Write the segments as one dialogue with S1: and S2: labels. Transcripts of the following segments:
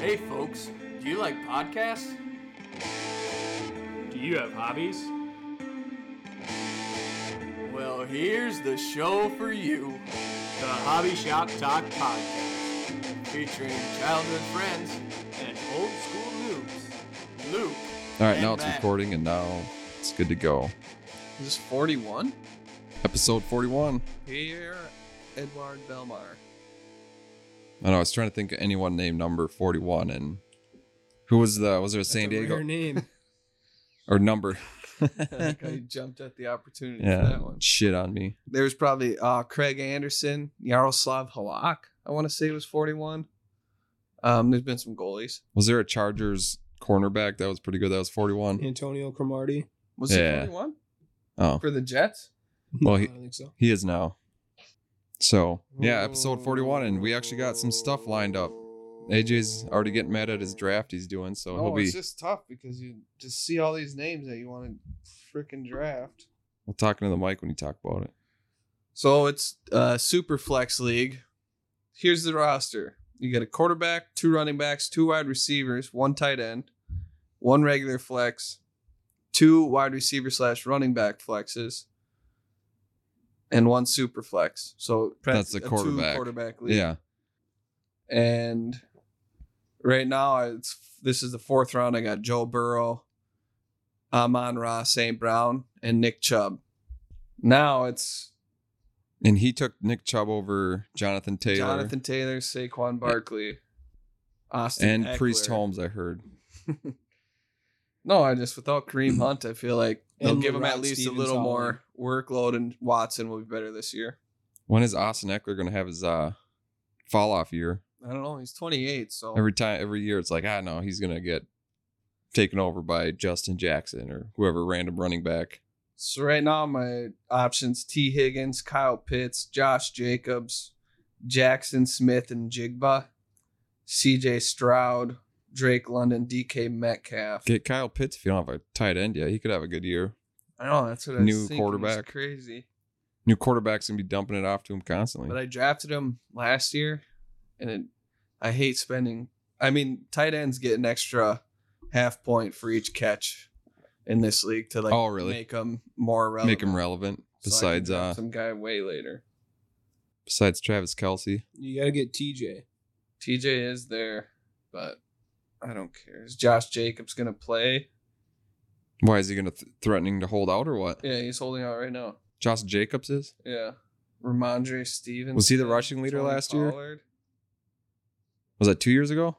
S1: Hey, folks, do you like podcasts?
S2: Do you have hobbies?
S1: Well, here's the show for you
S2: The Hobby Shop Talk Podcast
S1: featuring childhood friends,
S2: and Old School Noobs.
S1: Luke.
S3: All right,
S1: and
S3: now it's
S1: Matt.
S3: recording, and now it's good to go.
S4: Is this 41?
S3: Episode 41.
S4: Here, Edward Belmar.
S3: I know I was trying to think of anyone named number 41, and who was the was there a San Diego
S4: name.
S3: or number?
S4: I think I jumped at the opportunity for
S3: yeah,
S4: that one.
S3: shit on me.
S4: There's probably uh, Craig Anderson, Yaroslav Halak, I want to say was 41. Um, there's been some goalies.
S3: Was there a Chargers cornerback that was pretty good? That was 41.
S5: Antonio Cromartie.
S4: Was
S3: Yeah.
S4: he 41?
S3: Oh,
S4: For the Jets?
S3: Well,
S5: No,
S3: he-
S5: I don't think so.
S3: he is now. So yeah, episode 41, and we actually got some stuff lined up. AJ's already getting mad at his draft he's doing, so
S4: Oh,
S3: he'll be.
S4: just tough because you just see all these names that you want to freaking draft.
S3: We'll talking to the mic when you talk about it.
S4: So it's uh, Super Flex League. Here's the roster. You get a quarterback, two running backs, two wide receivers, one tight end, one regular flex, two wide receiver slash running back flexes, and one super flex. So
S3: That's the
S4: a two
S3: quarterback.
S4: quarterback league.
S3: Yeah,
S4: And right now, it's this is the fourth round. I got Joe Burrow, Amon Ra St. Brown, and Nick Chubb. Now it's
S3: and he took Nick Chubb over Jonathan Taylor.
S4: Jonathan Taylor, Saquon Barkley, Austin
S3: and
S4: Eckler.
S3: Priest Holmes, I heard.
S4: No, I just without Kareem Hunt, I feel like they'll
S5: And
S4: give him at
S5: Rod
S4: least
S5: Stevens
S4: a little
S5: all
S4: more workload, and Watson will be better this year.
S3: When is Austin Eckler going to have his uh, fall off year?
S4: I don't know. He's 28, so
S3: Every time, every year, it's like, ah, no, he's going to get taken over by Justin Jackson or whoever random running back.
S4: so right now my options: T. Higgins, Kyle Pitts, Josh Jacobs, Jackson Smith, and Jigba, C.J. Stroud, Drake London, D.K. Metcalf.
S3: Get Kyle Pitts if you don't have a tight end yet. He could have a good year.
S4: I know that's what I was
S3: New
S4: thinking. It's
S3: quarterback.
S4: Crazy.
S3: New quarterback's going to be dumping it off to him constantly.
S4: But I drafted him last year, and it, I hate spending. I mean, tight ends get an extra half point for each catch in this league to like
S3: Oh, really?
S4: make them more relevant.
S3: Make him relevant.
S4: So I can
S3: Besides,
S4: draft
S3: uh,
S4: some guy way later.
S3: besides Travis Kelsey,
S5: You gotta get TJ.
S4: TJ is there, but I don't care. Is Josh Jacobs gonna play?
S3: why is he going to th- threatening to hold out or what?
S4: Yeah, he's holding out right now.
S3: Josh Jacobs is.
S4: Yeah, Ramondre Stevens
S3: Was he the rushing leader last year? Was that two years ago?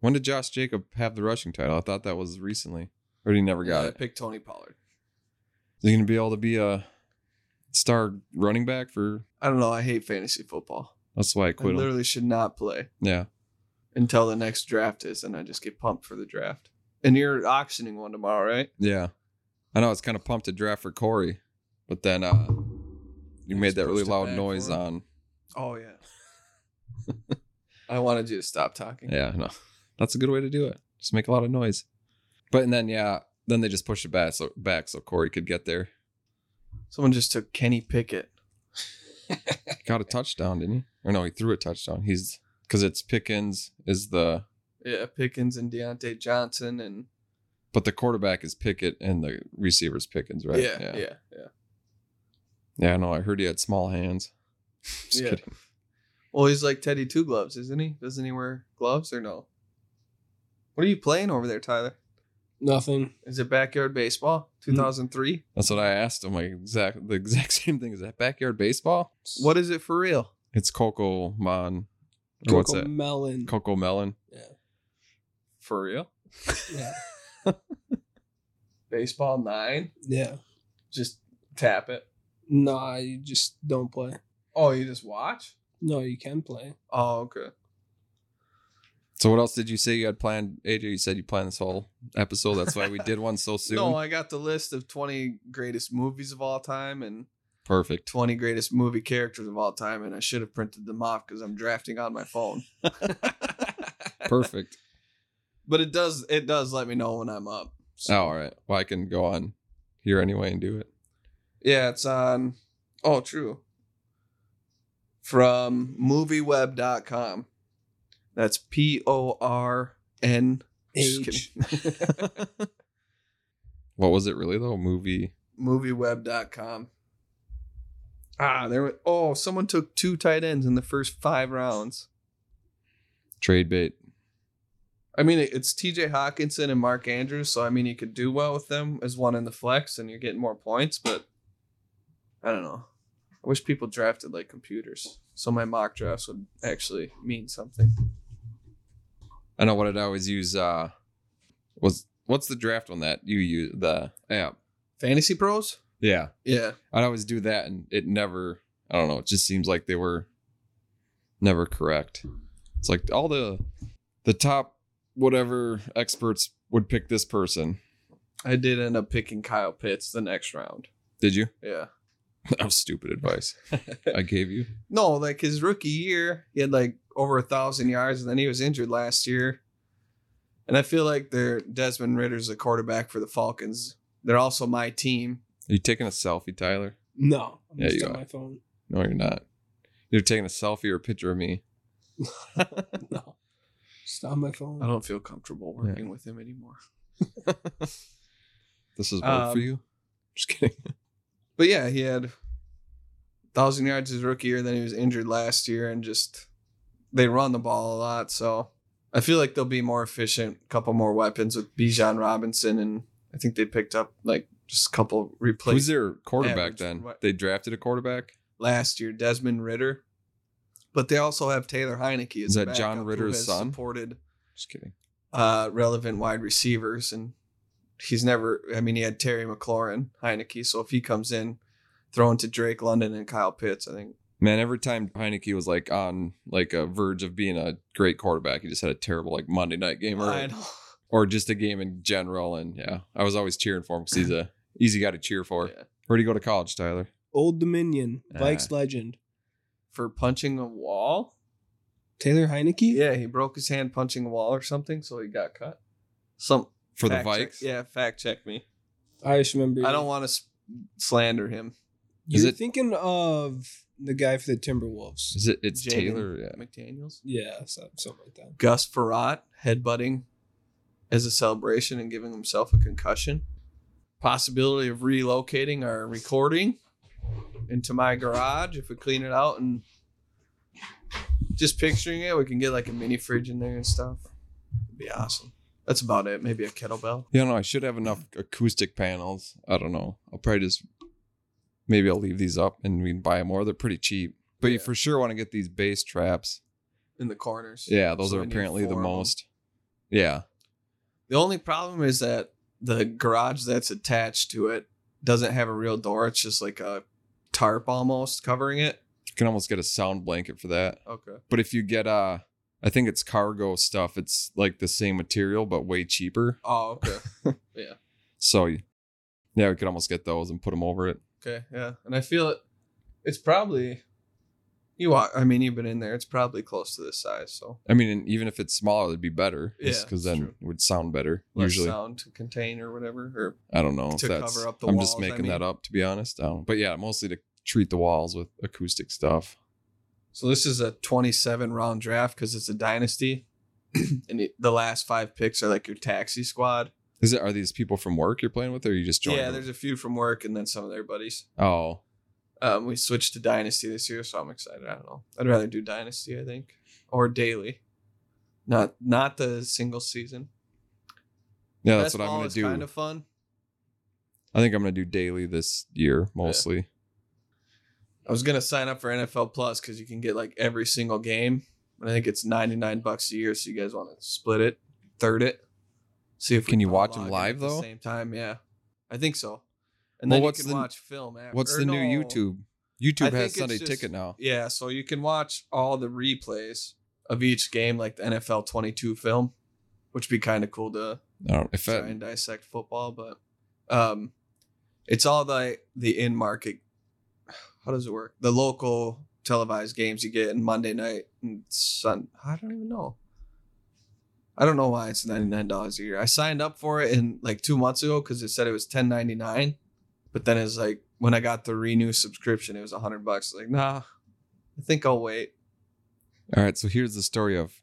S3: When did Josh Jacob have the rushing title? I thought that was recently, or he never got
S4: Yeah, I
S3: it.
S4: picked Tony Pollard.
S3: Is he going to be able to be a star running back for?
S4: I don't know. I hate fantasy football.
S3: That's why I
S4: I
S3: quit him.
S4: literally should not play.
S3: Yeah,
S4: until the next draft is, and I just get pumped for the draft. And you're auctioning one tomorrow, right?
S3: yeah. I know it's kind of pumped to draft for Corey, but then uh, you made
S4: just
S3: that really
S4: pushed it
S3: loud
S4: back
S3: noise
S4: for him.
S3: on.
S4: Oh yeah. I wanted you to stop talking.
S3: Yeah, no, that's a good way to do it. Just make a lot of noise. But and then yeah, then they just pushed it back so back so Corey could get there.
S4: Someone just took Kenny Pickett.
S3: Got a touchdown, didn't he? Or no, he threw a touchdown. He's because it's Pickens is the
S4: Yeah, Pickens and Deontay Johnson, and
S3: but the quarterback is Pickett and the receiver's Pickens, right?
S4: yeah, yeah, yeah,
S3: Yeah, no, I heard he had small hands. Just
S4: Yeah.
S3: kidding.
S4: Well, he's like Teddy Two Gloves, isn't he? Doesn't he wear gloves or no? What are you playing over there, Tyler?
S5: Nothing.
S4: Is it backyard baseball? Two thousand three.
S3: That's what I asked him. Like exact the exact same thing. Is that backyard baseball?
S4: What is it for real?
S3: It's Coco Mon. or What's
S5: Coco
S3: that?
S5: Melon.
S3: Coco Melon.
S4: For real?
S5: yeah.
S4: Baseball nine.
S5: Yeah.
S4: Just tap it.
S5: Nah, you just don't play.
S4: Oh, you just watch.
S5: No, you can play.
S4: Oh, okay.
S3: So what else did you say you had planned? AJ, you said you planned this whole episode. That's why we did one so soon.
S4: No, I got the list of 20 greatest movies of all time and
S3: Perfect.
S4: 20 greatest movie characters of all time, and I should have printed them off because I'm drafting on my phone.
S3: Perfect.
S4: but it does it does let me know when I'm up.
S3: oh,
S4: So,
S3: all right. Well, I can go on here anyway and do it.
S4: Yeah, it's on. Oh, true. From movieweb.com. That's P O R N. Just
S5: Age.
S3: What was it really though? Movie.
S4: movieweb.com. Ah, there were oh, someone took two tight ends in the first five rounds.
S3: Trade bait.
S4: I mean, it- it's TJ Hawkinson and Mark Andrews, so I mean, you could do well with them as one in the flex and you're getting more points, but I don't know. I wish people drafted like computers. So my mock drafts would actually mean something.
S3: I know what I'd always use. Uh, was what's the draft on that you use the app?
S4: Fantasy pros?
S3: Yeah,
S4: Yeah.
S3: I'd always do that, and it never. I don't know. It just seems like they were never correct. It's like all the the top whatever experts would pick this person.
S4: I did end up picking Kyle Pitts the next round.
S3: Did you?
S4: Yeah.
S3: That was stupid advice I gave you.
S4: No, like his rookie year, he had like over a thousand yards, and then he was injured last year. And I feel like their Desmond Ritter's the quarterback for the Falcons. They're also my team.
S3: Are you taking a selfie, Tyler?
S5: No. I'm
S3: Yeah,
S5: just
S3: you
S5: on
S3: are.
S5: my phone.
S3: No, you're not. You're taking a selfie or a picture of me.
S5: No. Just on my phone.
S4: I don't feel comfortable working with him anymore.
S3: This is work for
S4: Um,
S3: you. Just kidding.
S4: But yeah, he had thousand yards his rookie year, then he was injured last year, and just they run the ball a lot. So I feel like they'll be more efficient. A couple more weapons with Bijan Robinson, and I think they picked up like just a couple replacements.
S3: Who's their quarterback
S4: average
S3: then?
S4: what-
S3: They drafted a quarterback.
S4: last year, Desmond Ritter. But they also have Taylor Heineke. as
S3: Is
S4: a
S3: that John
S4: backup who
S3: Ritter's
S4: has
S3: son?
S4: Supported
S3: Just kidding.
S4: uh, relevant wide receivers, and he's never. I mean, he had Terry McLaurin, Heineke. So if he comes in, throwing to Drake London and Kyle Pitts, I think.
S3: Man, every time Heineke was like on like a verge of being a great quarterback, he just had a terrible like Monday night game
S4: I
S3: or,
S4: don't-
S3: or just a game in general. And yeah, I was always cheering for him because he's a easy guy to cheer for.
S4: Yeah.
S3: Where'd he go to college, Tyler?
S5: Old Dominion,
S3: Ah.
S5: Vikes legend.
S4: For punching a wall.
S5: Taylor Heineke?
S4: Yeah, he broke his hand punching a wall or something, so he got cut. Some
S3: For the
S4: fact check-
S3: Vikes?
S4: yeah, fact check me.
S5: I just remember.
S4: I don't want to s- slander him.
S3: Is
S5: You're
S3: it-
S5: thinking of the guy for the Timberwolves.
S3: Is it it's
S4: Jaden
S3: Taylor? Yeah.
S4: McDaniel's.
S5: Yeah, so, something like that.
S4: Gus Farrat headbutting as a celebration and giving himself a concussion. Possibility of relocating our recording into my garage if we clean it out and just picturing it, we can get like a mini fridge in there and stuff. It'd be awesome. That's about it. Maybe a kettlebell.
S3: Yeah, no, I should have enough acoustic panels. I don't know. I'll probably just maybe I'll leave these up and we can buy more. They're pretty cheap, but you
S4: Yeah.
S3: for sure want to get these bass traps.
S4: In the corners.
S3: Yeah, those
S4: So
S3: are
S4: we need
S3: apparently the
S4: four of 'em.
S3: most. Yeah,
S4: The only problem is that the garage that's attached to it doesn't have a real door. It's just like a tarp almost covering it.
S3: you can almost get a sound blanket for that.
S4: Okay.
S3: But if you get uh, I think it's cargo stuff. It's like the same material but way cheaper.
S4: Oh, okay.
S3: So yeah, we could almost get those and put them over it.
S4: Okay, yeah, and I feel it. It's probably you. Are, I mean, you've been in there. It's probably close to this size, so
S3: I mean, and even if it's smaller, it'd be better.
S4: Yeah,
S3: because
S4: that's
S3: then
S4: true.
S3: it would sound better.
S4: less
S3: usually,
S4: sound to contain or whatever. Or
S3: I don't know if
S4: to
S3: that's.
S4: cover up the
S3: I'm just
S4: walls, I
S3: making that
S4: mean.
S3: up to be honest. I don't- but yeah, mostly to treat the walls with acoustic stuff.
S4: so this is a 27 round draft because it's a dynasty, and it, the last five picks are like your taxi squad.
S3: Is it? Are these people from work you're playing with, or you just joined?
S4: yeah,
S3: them?
S4: there's a few from work and then some of their buddies.
S3: Oh,
S4: Um, we switched to dynasty this year, so I'm excited. I don't know. I'd rather do dynasty, I think, or daily, not not the single season.
S3: yeah, that's what I'm
S4: Fastball
S3: gonna
S4: is
S3: do.
S4: Kind of fun.
S3: I think I'm gonna do daily this year mostly.
S4: I was gonna sign up for NFL Plus because you can get like every single game, and I think it's ninety nine bucks a year. So you guys want to split it, third it, see if we
S3: Can you
S4: all
S3: watch 'em
S4: log in
S3: live,
S4: at the
S3: though?
S4: same time, yeah, I think so. And
S3: Well,
S4: then
S3: what's
S4: you can
S3: the-
S4: watch film. After,
S3: What's
S4: or
S3: the new
S4: no.
S3: YouTube?
S4: I
S3: YouTube
S4: think
S3: has
S4: it's
S3: Sunday
S4: just-
S3: Ticket now.
S4: Yeah, so you can watch all the replays of each game, like the NFL twenty two film, which would be kind of cool to
S3: I don't, if
S4: try
S3: that,
S4: and dissect football, but um, it's all the the in market. How does it work? The local televised games you get in Monday night and Sun. I don't even know. I don't know why it's ninety nine dollars a year. I signed up for it in like two months ago because it said it was ten ninety nine, but then it's like when I got the renew subscription, it was hundred bucks. Like nah, I think I'll wait.
S3: all right. So here's the story of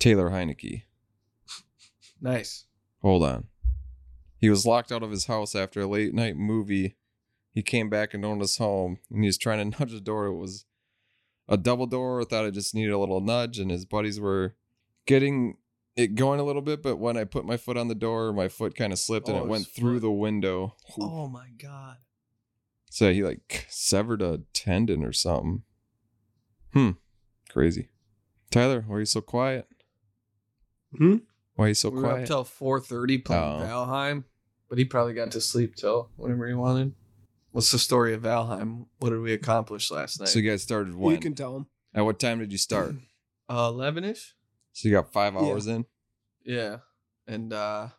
S3: Taylor Heineke.
S4: Nice.
S3: Hold on. He was locked out of his house after a late night movie. He came back and owned his home, and he was trying to nudge the door. It was a double door. Thought I just needed a little nudge, and his buddies were getting it going a little bit. But when I put my foot on the door, my foot kind of slipped, and
S4: Oh,
S3: it went
S4: his
S3: through
S4: foot.
S3: the window.
S4: Oh my god.
S3: So he like severed a tendon or something. Hmm. Crazy. Tyler, why are you so quiet?
S5: Hmm?
S3: Why are you so
S4: we were up
S3: quiet?
S4: till four thirty playing
S3: Oh.
S4: Valheim, but he probably got to sleep till whenever he wanted. What's the story of Valheim? What did we accomplish last night?
S3: so you guys started when?
S5: You can tell him.
S3: At what time did you start?
S4: uh, eleven ish.
S3: So you got five
S5: Yeah.
S3: hours in?
S4: Yeah, and uh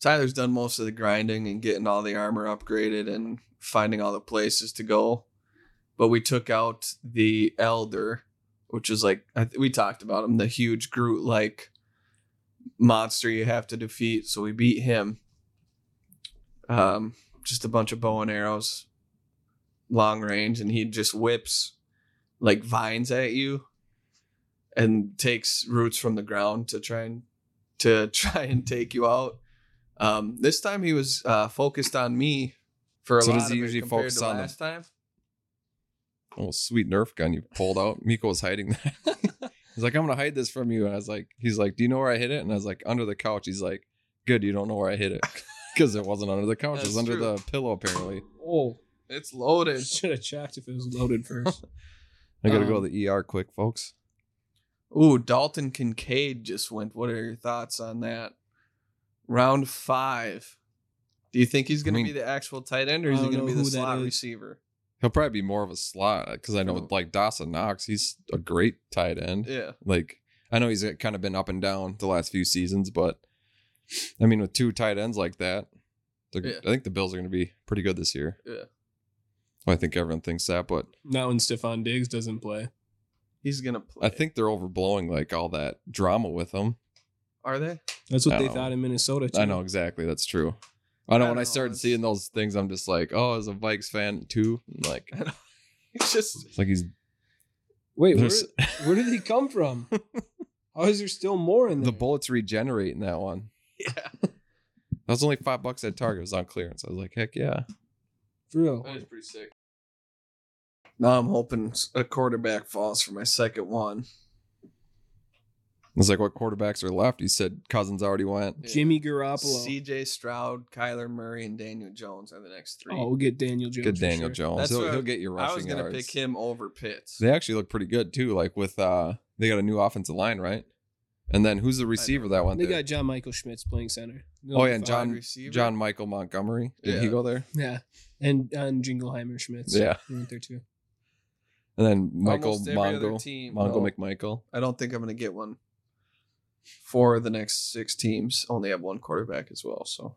S4: Tyler's done most of the grinding and getting all the armor upgraded and finding all the places to go. But we took out the elder, which is like I th- we talked about him, the huge Groot like monster you have to defeat. So we beat him. Um, just a bunch of bow and arrows, long range, and he just whips like vines at you and takes roots from the ground to try and to try and take you out. Um, this time he was uh, focused on me for a
S3: So
S4: lot
S3: does he
S4: of it
S3: usually
S4: compared
S3: focus
S4: to
S3: on the-
S4: last time.
S3: Oh, sweet Nerf gun you pulled out. Miko was hiding that. he's like, I'm gonna hide this from you. And I was like, he's like, Do you know where I hid it? And I was like, under the couch. He's like, Good, you don't know where I hid it. Because it wasn't under the couch, it was
S4: That's
S3: under
S4: true.
S3: the pillow apparently.
S4: Oh, it's loaded.
S5: Should have checked if it was loaded first.
S3: I gotta go to
S4: Um,
S3: the ER quick, folks.
S4: Ooh, Dalton Kincaid just went. What are your thoughts on that? Round five. Do you think he's going
S3: mean-
S4: to be the actual tight end or
S5: I
S4: is he
S5: don't
S4: going to be
S5: know
S4: the
S5: who that
S4: slot
S5: is.
S4: receiver?
S3: He'll probably be more of a slot because I know
S4: Oh.
S3: like Dawson Knox, he's a great tight end.
S4: Yeah.
S3: Like I know he's uh, kind of been up and down the last few seasons, but I mean with two tight ends like that, they're-
S4: Yeah.
S3: I think the Bills are going to be pretty good this year.
S4: Yeah.
S3: Well, I think everyone thinks that, but
S5: Not when Stefan Diggs doesn't play.
S4: He's going to play.
S3: I think they're overblowing like all that drama with him.
S4: Are they?
S5: That's what
S3: I
S5: they
S3: know.
S5: thought in Minnesota. Too.
S3: I know exactly that's true. I know
S4: I
S3: when I
S4: don't
S3: started
S4: know,
S3: seeing
S4: it's-
S3: those things, I'm just like, oh, as a Vikes fan too, I'm like
S4: It's just.
S3: it's like he's
S5: Wait, where,
S3: there's-
S5: where did he come from? How is there still more in there?
S3: the bullets regenerate in that one.
S4: Yeah.
S3: That was only five bucks at Target. It was on clearance. I was like, heck yeah.
S5: For real.
S4: is pretty sick. Now I'm hoping a quarterback falls for my second one.
S3: It's like what quarterbacks are left. He said Cousins already went.
S5: Jimmy Garoppolo.
S4: CJ Stroud, Kyler Murray, and Daniel Jones are the next three.
S5: Oh, we'll get Daniel Jones.
S3: Good
S5: for
S3: Daniel
S5: sure.
S3: Jones.
S4: That's
S3: He'll,
S4: what I-
S3: he'll get your rushing
S4: I was going to
S3: yards.
S4: pick him over Pitts.
S3: They actually look pretty good too. Like with uh they got a new offensive line, right? And then who's the receiver that went
S5: They
S3: there?
S5: got John Michael Schmitz playing center.
S3: oh yeah, and
S5: Five.
S3: John
S4: receiver?
S3: John Michael Montgomery. Did he
S4: Yeah.
S3: go there?
S5: Yeah. And and Jingleheimer Schmitz.
S3: Yeah.
S5: He went there too.
S3: And then Michael
S4: Almost every other
S3: Mongo
S4: team.
S3: Mongo
S4: No.
S3: McMichael.
S4: I don't think I'm going to get one. For the next six teams, only have one quarterback as well. So,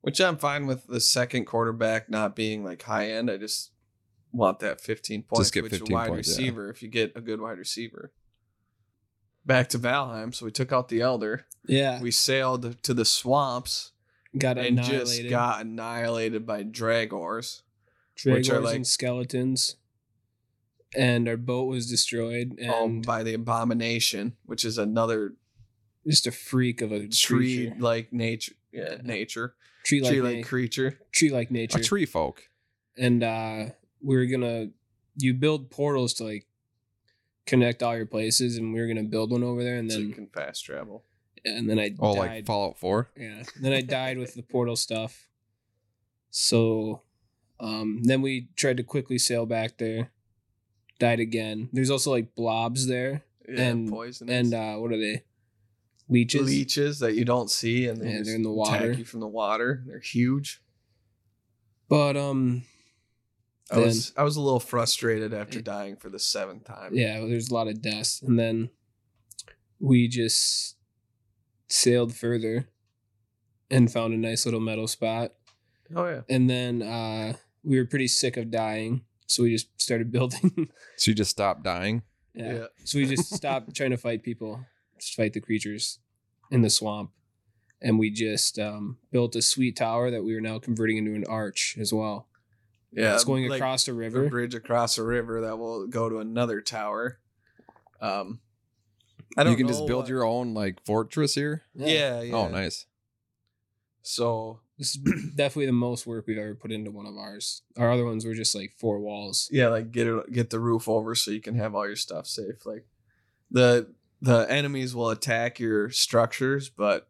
S4: which I'm fine with the second quarterback not being like high end. I just want that 15 points.
S3: get
S4: which
S3: 15
S4: a wide
S3: points, yeah.
S4: receiver, if you get a good wide receiver. Back to Valheim. So we took out the Elder.
S5: Yeah.
S4: We sailed to the swamps
S5: got
S4: and
S5: annihilated.
S4: just got annihilated by Dragors. which
S5: Dragons
S4: are like-
S5: and skeletons. And our boat was destroyed.
S3: Oh,
S4: um,
S5: And
S4: by the abomination, which is another
S5: just a freak of a
S4: tree
S5: creature.
S4: like nature, yeah,
S5: Yeah.
S4: nature,
S5: tree like
S4: tree
S5: tree like,
S4: like creature.
S5: nature.
S3: A tree folk.
S5: And uh we were gonna you build portals to like connect all your places and we were gonna build one over there and
S4: so you
S5: then
S4: can fast travel.
S5: and then I
S3: Oh, like
S5: died.
S3: Fallout Four.
S5: yeah. Then I died with the portal stuff. So um then we tried to quickly sail back there. Died again. There's also like blobs there.
S4: Yeah,
S5: And-
S4: poisonous.
S5: And uh what are they? Leeches.
S4: leeches that you don't see, and they
S5: Yeah,
S4: just
S5: they're in the
S4: attack
S5: water.
S4: you from the water. They're huge.
S5: But um
S4: I
S5: Then-
S4: was I was a little frustrated after dying for the seventh time.
S5: yeah, there's a lot of dust. And then we just sailed further and found a nice little metal spot.
S4: Oh yeah.
S5: And then uh, we were pretty sick of dying. So we just started building.
S3: So you just stopped dying.
S5: yeah.
S4: Yeah.
S5: So we just stopped trying to fight people, just fight the creatures in the swamp. And we just um, built a sweet tower that we are now converting into an arch as well.
S4: Yeah.
S5: it's going
S4: like
S5: across a
S4: a
S5: river.
S4: bridge across a river that will go to another tower. Um, I don't
S3: you can
S4: know
S3: just build
S4: what-
S3: your own like fortress here.
S4: Yeah, yeah.
S3: Oh, nice.
S4: So
S5: This is definitely the most work we've ever put into one of ours. Our other ones were just like four walls.
S4: yeah, like get it, get the roof over so you can have all your stuff safe. Like the the enemies will attack your structures, but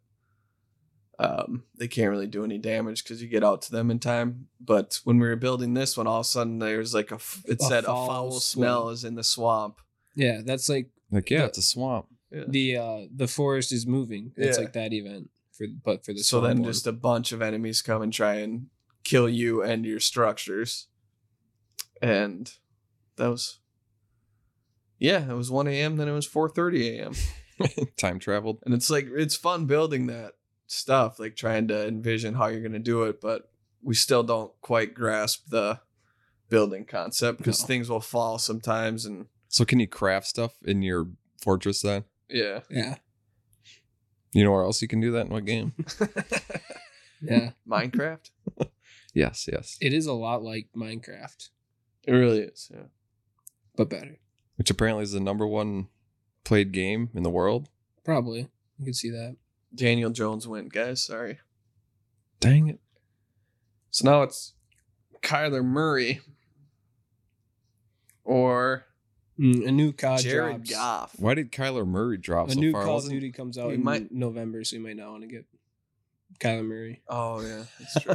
S4: um, they can't really do any damage because you get out to them in time. But when we were building this one, all of a sudden there's like a f- it
S5: A
S4: said a
S5: foul
S4: foul
S5: swamp.
S4: smell is in the swamp.
S5: Yeah, that's like
S3: Like, yeah,
S5: The-
S3: it's a swamp.
S5: the uh the forest is moving. It's
S4: Yeah.
S5: like that event for but for the
S4: So
S5: swamp
S4: then
S5: one.
S4: just uh, a bunch of enemies come and try and kill you and your structures. And that was Yeah, it was 1 a.m., then it was 4:30 a.m.
S3: Time traveled.
S4: And it's like it's fun building that stuff, like trying to envision how you're going to do it, but we still don't quite grasp the building concept because
S5: No.
S4: things will fall sometimes and
S3: So can you craft stuff in your fortress then?
S4: yeah.
S5: yeah
S3: You know where else you can do that in what game?
S5: yeah
S4: Minecraft?
S3: yes, yes.
S5: it is a lot like Minecraft
S4: It really is, yeah.
S5: but better
S3: Which apparently is the number one played game in the world.
S5: probably you can see that
S4: Daniel Jones went, guys, sorry.
S3: Dang it.
S4: So now it's Kyler Murray or
S5: Mm, a new COD
S4: Jared
S5: drops.
S4: Goff.
S3: Why did Kyler Murray drop
S5: a
S3: so
S5: new
S3: far?
S5: Call of
S3: Wasn't-
S5: Duty comes out
S4: We
S5: in
S4: might-
S5: November so you might not want to get Kyler Murray
S4: Oh yeah, that's true.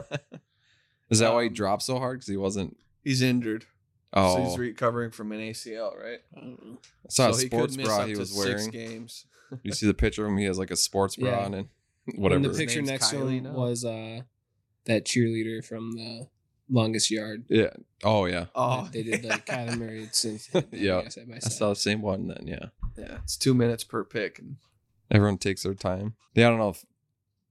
S3: Is that why he
S4: Um,
S3: dropped so hard? Because he wasn't.
S4: he's injured,
S3: Oh,
S4: so he's recovering from an ACL, right?
S5: I don't know.
S3: I saw
S4: so
S3: a
S4: he
S3: sports
S4: could miss
S3: bra
S4: up
S3: he
S4: to
S3: was
S4: Six
S3: wearing.
S4: games.
S3: You see the picture of him? He has like a sports bra
S5: Yeah.
S3: on and whatever.
S5: and the
S4: pic-
S5: picture
S4: name's
S5: next to
S4: Kylie
S5: him
S4: now.
S5: was uh that cheerleader from the longest yard
S3: yeah. Oh yeah.
S4: Oh,
S5: they did like Kyler Murray and Synth
S3: Yeah,
S5: side by
S3: I
S5: side.
S3: saw the same one then. Yeah.
S4: yeah, it's two minutes per pick. And
S3: Everyone takes their time. Yeah. I don't know. If,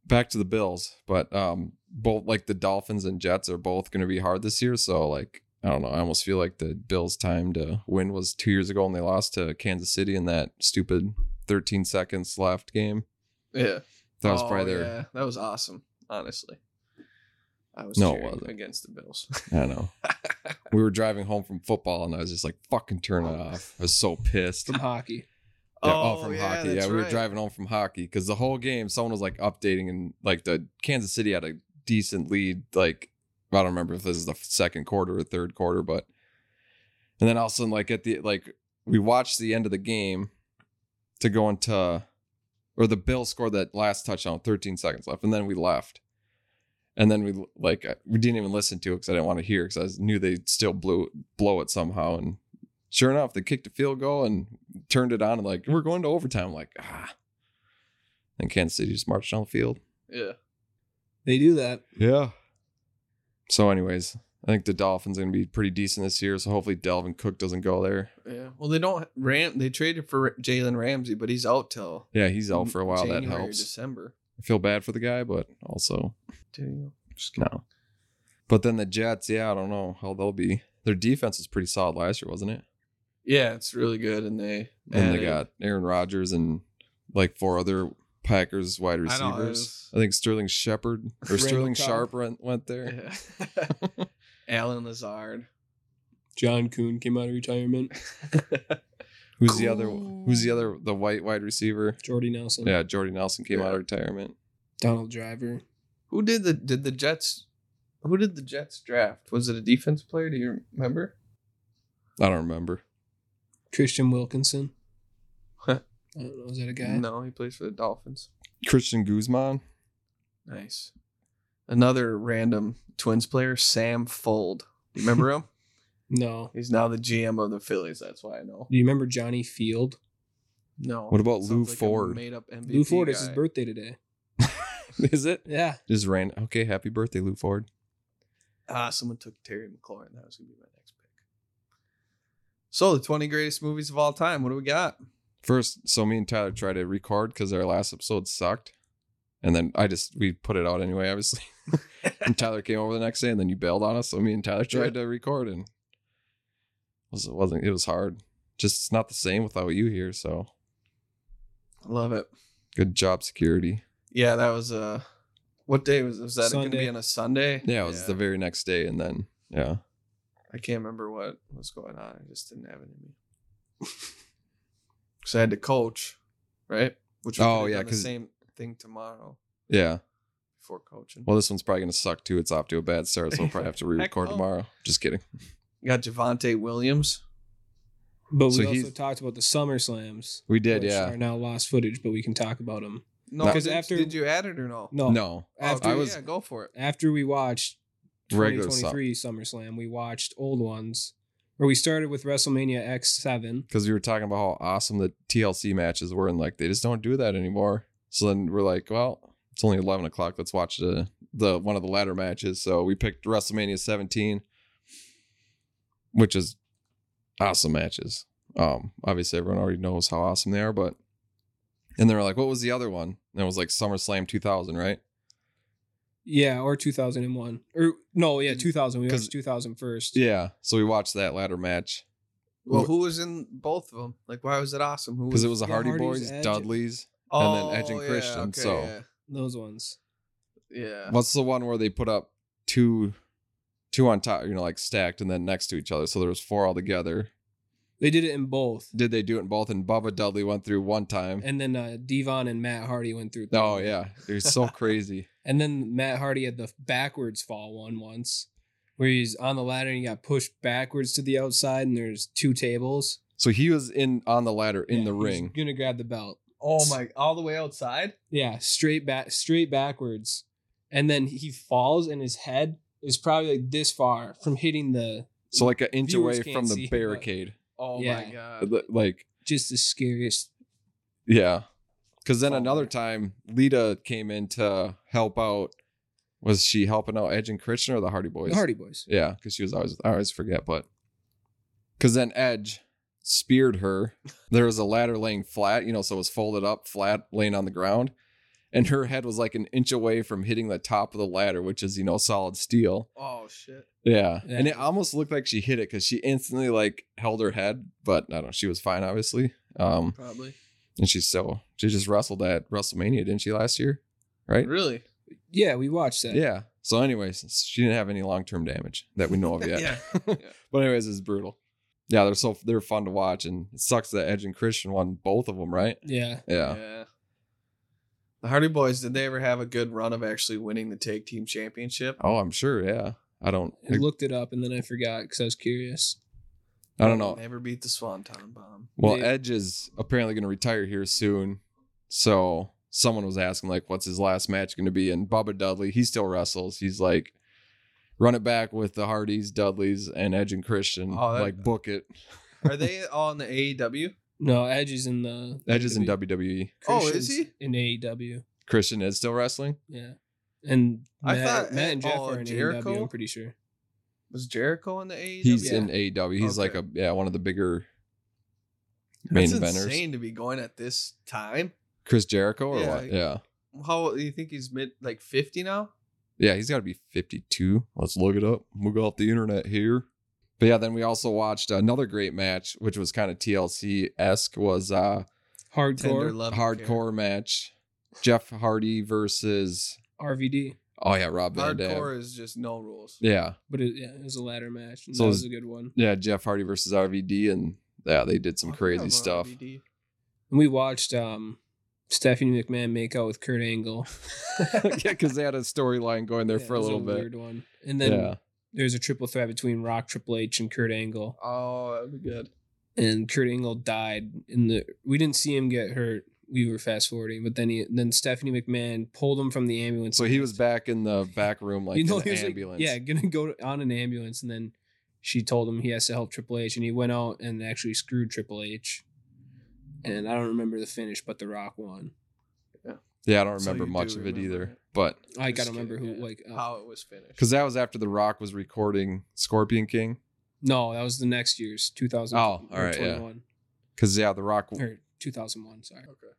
S3: back to the Bills, but um, both like the Dolphins and Jets are both going to be hard this year. So like, I don't know. I almost feel like the Bills' time to win was two years ago when they lost to Kansas City in that stupid 13 seconds left game.
S4: yeah,
S3: That was
S4: Oh,
S3: probably their.
S4: yeah, that was awesome. Honestly, I was
S3: No, it
S4: cheering
S3: wasn't.
S4: against the Bills.
S3: I don't know. we were driving home from football, and I was just like, "Fucking turn it off." I was so pissed.
S5: from hockey.
S3: Yeah, oh, from
S4: yeah,
S3: hockey. Yeah,
S4: that's
S3: we were
S4: right.
S3: driving home from hockey because the whole game someone was like updating, and like the Kansas City had a decent lead. Like I don't remember if this is the second quarter or third quarter, but and then all of a sudden, like at the like we watched the end of the game to go into or the Bills scored that last touchdown, 13 seconds left, and then we left. And then we like we didn't even listen to it because I didn't want to hear because I knew they still blew blow it somehow. And sure enough, they kicked a field goal and turned it on and like we're going to overtime. like ah, and Kansas City just marched on the field.
S4: Yeah,
S5: They do that.
S3: Yeah. So, anyways, I think the Dolphins are going to be pretty decent this year. So hopefully Delvin Cook doesn't go there.
S4: yeah. Well, they don't Ram. They traded for Jalen Ramsey, but he's out till
S3: Yeah, he's out for a while.
S4: January
S3: that
S4: or
S3: helps.
S4: December.
S3: I feel bad for the guy, but also
S4: Do you? Just kidding.
S3: no. But then the Jets, yeah, I don't know how they'll be. Their defense was pretty solid last year, wasn't it?
S4: Yeah, it's really good, and they
S3: And they
S4: added-
S3: got Aaron Rodgers and like four other Packers wide
S4: I know, it
S3: receivers.
S4: was-
S3: I, think Sterling Shepard or
S5: Randall
S3: Sterling
S5: Cobb.
S3: Sharp went, went there.
S4: Yeah. Alan Lazard.
S5: John Kuhn came out of retirement.
S3: Who's the other? Who's the other? The white wide receiver?
S5: Jordy Nelson.
S3: Yeah, Jordy Nelson came out of retirement.
S5: Donald Driver.
S4: Who did the did the Jets? Who did the Jets draft? Was it a defense player? Do you remember?
S3: I don't remember.
S5: Christian Wilkinson.
S4: Huh.
S5: I don't know. Is that a guy?
S4: No, he plays for the Dolphins.
S3: Christian Guzman.
S4: Nice. Another random Twins player, Sam Fold. Remember him?
S5: No.
S4: He's now the GM of the Phillies. That's why I know.
S5: Do you remember Johnny Field?
S4: No.
S3: What about Lou
S4: a
S3: Ford?
S4: made-up MVP
S5: Lou Ford is his
S4: guy.
S5: birthday today.
S3: Is it?
S5: Yeah.
S3: Just ran. Okay, happy birthday, Lou Ford.
S4: Ah, someone took Terry McLaurin. That was gonna be my next pick. So the twenty greatest movies of all time. What do we got?
S3: First, so me and Tyler tried to record because our last episode sucked, and then I just we put it out anyway, obviously. and Tyler came over the next day, and then you bailed on us. So me and Tyler tried to record, and it was it wasn't it was hard. Just it's not the same without you here. So
S4: Love it.
S3: good job, security.
S4: Yeah, that was Uh, what day was was that going to
S5: Sunday.
S4: be on a Sunday?
S3: Yeah, it was the very next day, and then yeah,
S4: I can't remember what was going on. I just didn't have it in me. Because I had to coach right? Which
S3: Oh,
S4: could've
S3: yeah,
S4: done the
S3: 'cause-
S4: same thing tomorrow
S3: Yeah.
S4: before coaching.
S3: Well, this one's probably gonna suck too. It's off to a bad start, so we'll probably have to re-record
S4: no.
S3: tomorrow. Just kidding.
S4: you got Javante Williams.
S5: But we
S3: So
S5: also
S3: he's-
S5: talked about the Summer Slams.
S3: We did,
S5: which
S3: yeah.
S5: Are now lost footage, but we can talk about them.
S4: No,
S3: No.
S4: because
S5: Because after-
S4: after did you add it or no?
S5: No,
S3: No,
S5: After
S4: oh,
S3: I
S4: dude,
S3: was-
S4: yeah, go for it.
S5: after we watched
S3: Regular Sum-
S5: 2023 SummerSlam, we watched old ones, or we started with WrestleMania X7.
S3: because we were talking about how awesome the TLC matches were, and like they just don't do that anymore. So then we're like, well, it's only eleven o'clock. Let's watch the the one of the ladder matches. So we picked WrestleMania 17, which is awesome matches. Um, obviously everyone already knows how awesome they are, but and they were like, what was the other one? And it was like SummerSlam 2000, right?
S5: Yeah, or 2001. Or no, yeah, 2000. We
S3: 'Cause-
S5: watched 2000 first.
S3: Yeah. So we watched that ladder match
S4: Well,
S3: Wh-
S4: who was in both of them? Like, why was it awesome? Who
S3: because it was the
S5: Yeah,
S3: Hardy
S5: Hardy's
S3: Boys,
S5: Edge.
S3: Dudleys.
S4: oh,
S3: and then Edge and
S4: yeah,
S3: Christian,
S4: okay,
S3: so-
S4: yeah,
S5: Those ones.
S4: yeah.
S3: What's the one where they put up two two on top, you know, like stacked and then next to each other? So there was four all together.
S5: They did it in both.
S3: Did they do it in both? And Bubba Dudley went through one time.
S5: And then uh, Devon and Matt Hardy went through.
S3: Oh yeah. It was so crazy.
S5: And then Matt Hardy had the backwards fall one once where he's on the ladder and he got pushed backwards to the outside and there's two tables.
S3: So he was in on the ladder in
S5: Yeah,
S3: the
S5: he was
S3: ring.
S5: Gonna grab the belt.
S4: Oh my! All the way outside.
S5: Yeah, straight back straight backwards. And then he falls and his head is probably like this far from hitting the
S3: So like an inch
S5: Viewers
S3: away
S5: can't
S3: from
S5: see
S3: the
S5: it, but-
S3: barricade. Uh,
S4: Oh
S5: Yeah.
S4: my god!
S3: Li- Like
S5: just the scariest
S3: yeah. Cause then
S4: Oh,
S3: another
S4: man.
S3: time Lita came in to help out. Was she helping out Edge and Christian or the Hardy Boys?
S5: the Hardy Boys.
S3: Yeah, because she was always I always forget, but because then Edge speared her. There was a ladder laying flat, you know, so it was folded up, flat, laying on the ground, and her head was like an inch away from hitting the top of the ladder, which is you know solid steel.
S4: Oh shit!
S3: Yeah, and
S5: Yeah.
S3: it almost looked like she hit it because she instantly like held her head, but I don't. know, She was fine, obviously. Um,
S4: Probably.
S3: and she's so she just wrestled at WrestleMania, didn't she last year? Right?
S4: Really?
S5: Yeah, we watched that.
S3: Yeah. So, anyways, she didn't have any long term damage that we know of yet. But anyways, it's brutal. Yeah, they're so they're fun to watch, and it sucks that Edge and Christian won both of them, right?
S5: Yeah.
S3: Yeah,
S4: The Hardy Boys, did they ever have a good run of actually winning the tag team championship?
S3: Oh, I'm sure. Yeah, I don't.
S5: I looked it up and then I forgot because I was curious.
S3: I don't know.
S4: Never beat the Swanton Bomb.
S3: Well,
S5: They-
S3: Edge is apparently going to retire here soon, so someone was asking like, "What's his last match going to be?" And Bubba Dudley, he still wrestles. He's like, "Run it back with the Hardys, Dudleys, and Edge and Christian.
S4: Oh, that-
S3: like, book it."
S4: Are they all in the E AEW?
S5: No, Edge is in the
S3: Edge is in WWE.
S4: Oh, is
S5: Christian's
S4: he?
S5: in AEW?
S3: Christian is still wrestling.
S5: Yeah, and
S4: I
S5: Matt,
S4: thought
S5: Matt
S4: Ed-
S5: and Jeff
S4: oh,
S5: are in AEW.
S4: Jericho?
S5: I'm pretty sure.
S4: Was Jericho in the E AEW?
S3: He's
S5: Yeah.
S3: in AEW. He's like a
S4: Okay.
S3: yeah one of the bigger main
S4: That's
S3: eventers.
S4: insane to be going at this time.
S3: Chris Jericho or
S4: Yeah,
S3: what?
S4: like-
S3: Yeah.
S4: How old- you think he's mid like fifty now?
S3: Yeah, he's got to be 52. Let's look it up. We'll go off the internet here. But yeah, then we also watched another great match, which was kind of TLC esque, was uh
S4: Tender
S5: Hardcore
S4: love and
S3: hardcore match. Jeff Hardy versus
S5: RVD,
S3: oh yeah, Rob
S4: care.
S3: Van Dam.
S4: Hardcore is just no rules.
S3: Yeah.
S5: but it, yeah, it was a ladder match. And
S3: So
S5: that
S3: it
S5: was
S3: was-
S5: a good one.
S3: Yeah, Jeff Hardy versus RVD and yeah, they did some
S4: Oh,
S3: crazy
S4: yeah,
S3: stuff.
S4: RVD.
S5: And we watched um, Stephanie McMahon make out with Kurt Angle
S3: yeah, because they had a storyline going there
S5: Yeah,
S3: for
S5: it
S3: a
S5: was
S3: little bit.
S5: Weird one. And then
S3: yeah.
S5: there's a triple threat between Rock, Triple H, and Kurt Angle.
S4: Oh, that'd be good.
S5: And Kurt Angle died in the. We didn't see him get hurt. We were fast forwarding, but then he then Stephanie McMahon pulled him from the ambulance.
S3: So he was back in the back room, like in
S5: he
S3: the
S5: was, like,
S3: ambulance.
S5: yeah, gonna go to- on an ambulance, and then she told him he has to help Triple H, and he went out and actually screwed Triple H. And I don't remember the finish, but The Rock won.
S3: Yeah, I don't
S4: So
S3: remember
S4: you
S3: much
S4: do
S3: of it
S4: remember
S3: either.
S4: it.
S3: But
S5: I
S4: Just
S5: gotta remember who
S4: kidding, yeah.
S5: like uh,
S4: How it was finished.
S3: because that was after The Rock was recording Scorpion King.
S5: no, that was the next year's 2000.
S3: Oh, all right, yeah. Because yeah, The Rock,
S5: or 2001. Sorry,
S4: Okay.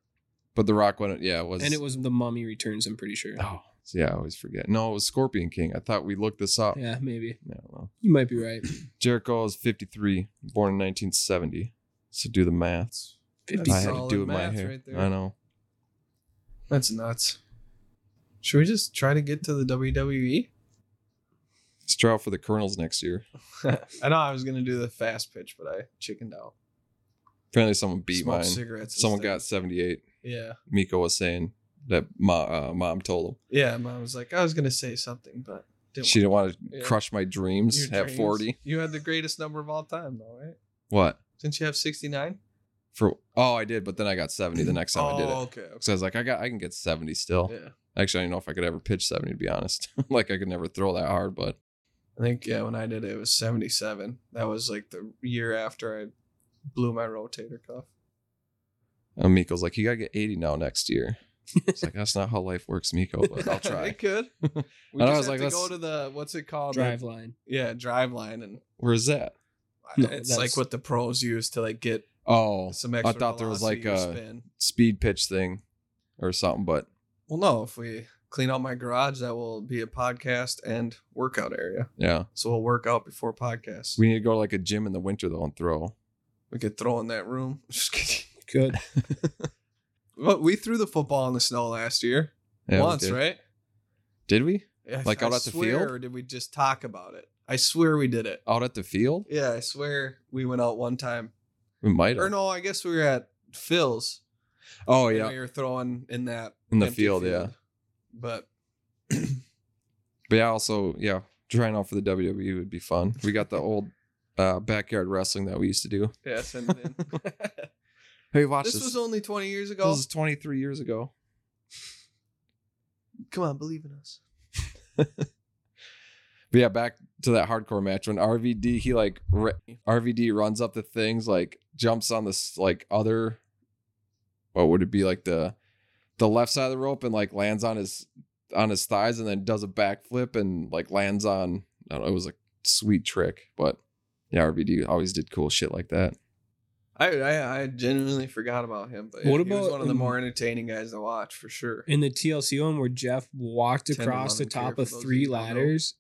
S3: but The Rock went. Yeah, it was
S5: and it was The Mummy Returns. I'm pretty sure.
S3: Oh, so yeah, I always forget. No, it was Scorpion King. I thought we looked this up.
S5: Yeah, maybe
S3: No, no.
S5: you might be right.
S3: Jericho is 53, born in 1970. So do the maths.
S4: That'd be
S3: I had
S5: Fifty.
S3: to
S4: solid
S3: do it with my
S4: math
S3: hair.
S4: right there.
S3: I know.
S4: That's nuts. Should we just try to get to the E? WWE?
S3: Let's try out for the Colonels next year.
S4: I know I was gonna do the fast pitch, but I chickened out.
S3: Apparently, someone beat
S4: Smoked
S3: mine.
S4: Cigarettes.
S3: Someone got
S4: instead.
S3: 78.
S4: Yeah.
S3: Miko was saying that ma- uh, mom told him
S4: Yeah. Mom was like, I was gonna say something, but didn't
S3: she didn't want to
S4: Yeah.
S3: crush my dreams
S4: Your
S3: at
S4: dreams.
S3: 40.
S4: You had the greatest number of all time, though, right?
S3: What?
S4: Didn't you have sixty nine?
S3: For oh, I did, but then I got 70 the next time I did it.
S4: Oh, okay. okay.
S3: So I was like, I got, I can get 70 still.
S4: Yeah.
S3: Actually, I don't know if I could ever pitch 70 to be honest. like I could never throw that hard, but
S4: I think yeah, when I did it, it was seventy seven. That was like the year after I blew my rotator cuff.
S3: uh, Miko's like, you gotta get 80 now next year. It's like that's not how life works, Miko, but I'll try.
S4: it could. We just
S3: And I was
S4: have
S3: like,
S4: to
S3: let's-
S4: go to the what's it called?
S5: drive line.
S4: Yeah, drive line, and
S3: Where's that?
S5: No,
S4: it's
S5: that's-
S4: like what the pros use to like get
S3: Oh,
S4: some extra.
S3: thought there was,
S4: velocity
S3: like, uh,
S4: or
S3: a-
S4: spin.
S3: speed pitch thing or something, but
S4: Well, no, if we clean out my garage, that will be a podcast and workout area.
S3: yeah.
S4: So we'll work out before podcasts. We,
S3: We need to go to like a gym in the winter though and throw.
S4: could throw in that room. Just kidding.
S5: Good.
S4: Well, we threw the football in the snow last year
S3: Yeah, we
S4: once,
S3: did.
S4: right?
S3: Did we?
S4: I-
S3: Like
S4: I
S3: out at the
S4: swear,
S3: field?
S4: Or did we just talk about it? I swear we did it.
S3: Out at the field?
S4: Yeah, I swear we went out one time.
S3: We might
S4: Or
S3: have.
S4: no, I guess we were at Phil's.
S3: Oh
S4: and
S3: yeah.
S4: we were throwing in that
S3: In the
S4: empty
S3: field, yeah.
S4: But
S3: But yeah, also, yeah, trying out for the WWE would be fun. We got the old uh, backyard wrestling that we used to do.
S4: yeah, send it in.
S3: Hey, watch
S4: this
S3: this.
S4: was only 20 years
S3: this
S4: ago.
S3: was 23 years ago.
S4: Come on, believe in us.
S3: But yeah, back to that hardcore match when RVD he like r- RVD runs up the things, like jumps on this like other, what would it be like the the left side of the rope and like lands on his on his thighs and then does a backflip and like lands on. I don't know. It was a sweet trick, but yeah, RVD always did cool shit like that.
S4: I, I I genuinely forgot about him, but
S5: What
S4: he was
S5: about
S4: one of the
S5: in-
S4: more entertaining guys to watch for sure.
S5: In the TLC one where Jeff walked
S4: 10 to 11
S5: across the
S4: care
S5: top
S4: for
S5: of
S4: those
S5: three
S4: that don't know.
S5: ladders.